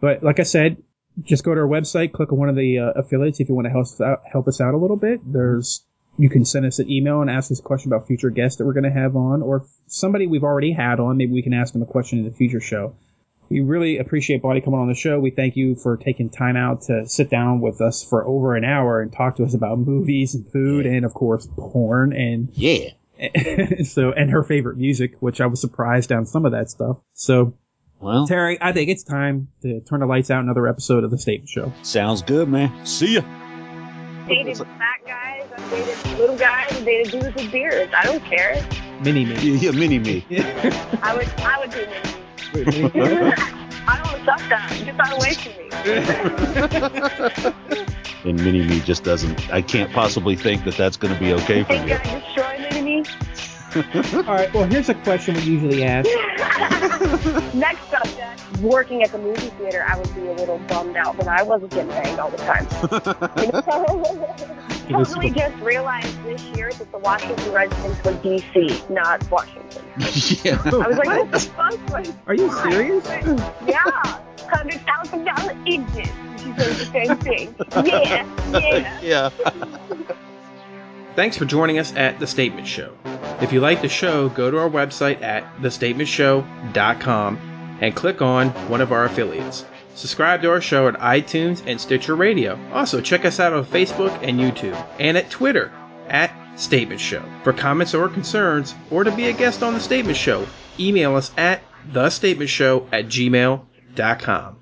[SPEAKER 4] But like I said, just go to our website, click on one of the uh, affiliates if you want to help us out, help us out a little bit. There's you can send us an email and ask us a question about future guests that we're going to have on, or if somebody we've already had on. Maybe we can ask them a question in the future show. We really appreciate Bonnie coming on the show. We thank you for taking time out to sit down with us for over an hour and talk to us about movies and food and, of course, porn and
[SPEAKER 1] Yeah.
[SPEAKER 4] so and her favorite music, which I was surprised on some of that stuff. So,
[SPEAKER 1] Well,
[SPEAKER 4] Terry, I think it's time to turn the lights out. Another episode of the Statement Show.
[SPEAKER 1] sounds good, man. See ya.
[SPEAKER 2] dated fat guys, I've dated little guys, I've dated dudes with beards. I don't care.
[SPEAKER 4] Mini me.
[SPEAKER 1] Yeah, yeah mini me.
[SPEAKER 2] I would I would do this. I don't suck that. Get that away from me.
[SPEAKER 1] And mini me just doesn't. I can't possibly think that that's going to be okay for
[SPEAKER 2] Think
[SPEAKER 1] you.
[SPEAKER 2] you're gonna destroy me to me?
[SPEAKER 4] All right. Well, here's a question we usually ask.
[SPEAKER 2] Next subject. Working at the movie theater, I would be a little bummed out that I wasn't getting banged all the time. You know? totally just realized this year that the Washington residents were D.C., not Washington.
[SPEAKER 1] yeah.
[SPEAKER 2] I was like, what the fuck? was-
[SPEAKER 4] Are you serious?
[SPEAKER 2] yeah, hundred thousand dollar idiot. She says the same thing. Yeah, yeah.
[SPEAKER 1] Yeah.
[SPEAKER 3] Thanks for joining us at The Statement Show. If you like the show, go to our website at thestatementshow.com and click on one of our affiliates. Subscribe to our show at iTunes and Stitcher Radio. Also, check us out on Facebook and YouTube and at Twitter at Statement Show. For comments or concerns, or to be a guest on The Statement Show, email us at thestatementshow at gmail.com.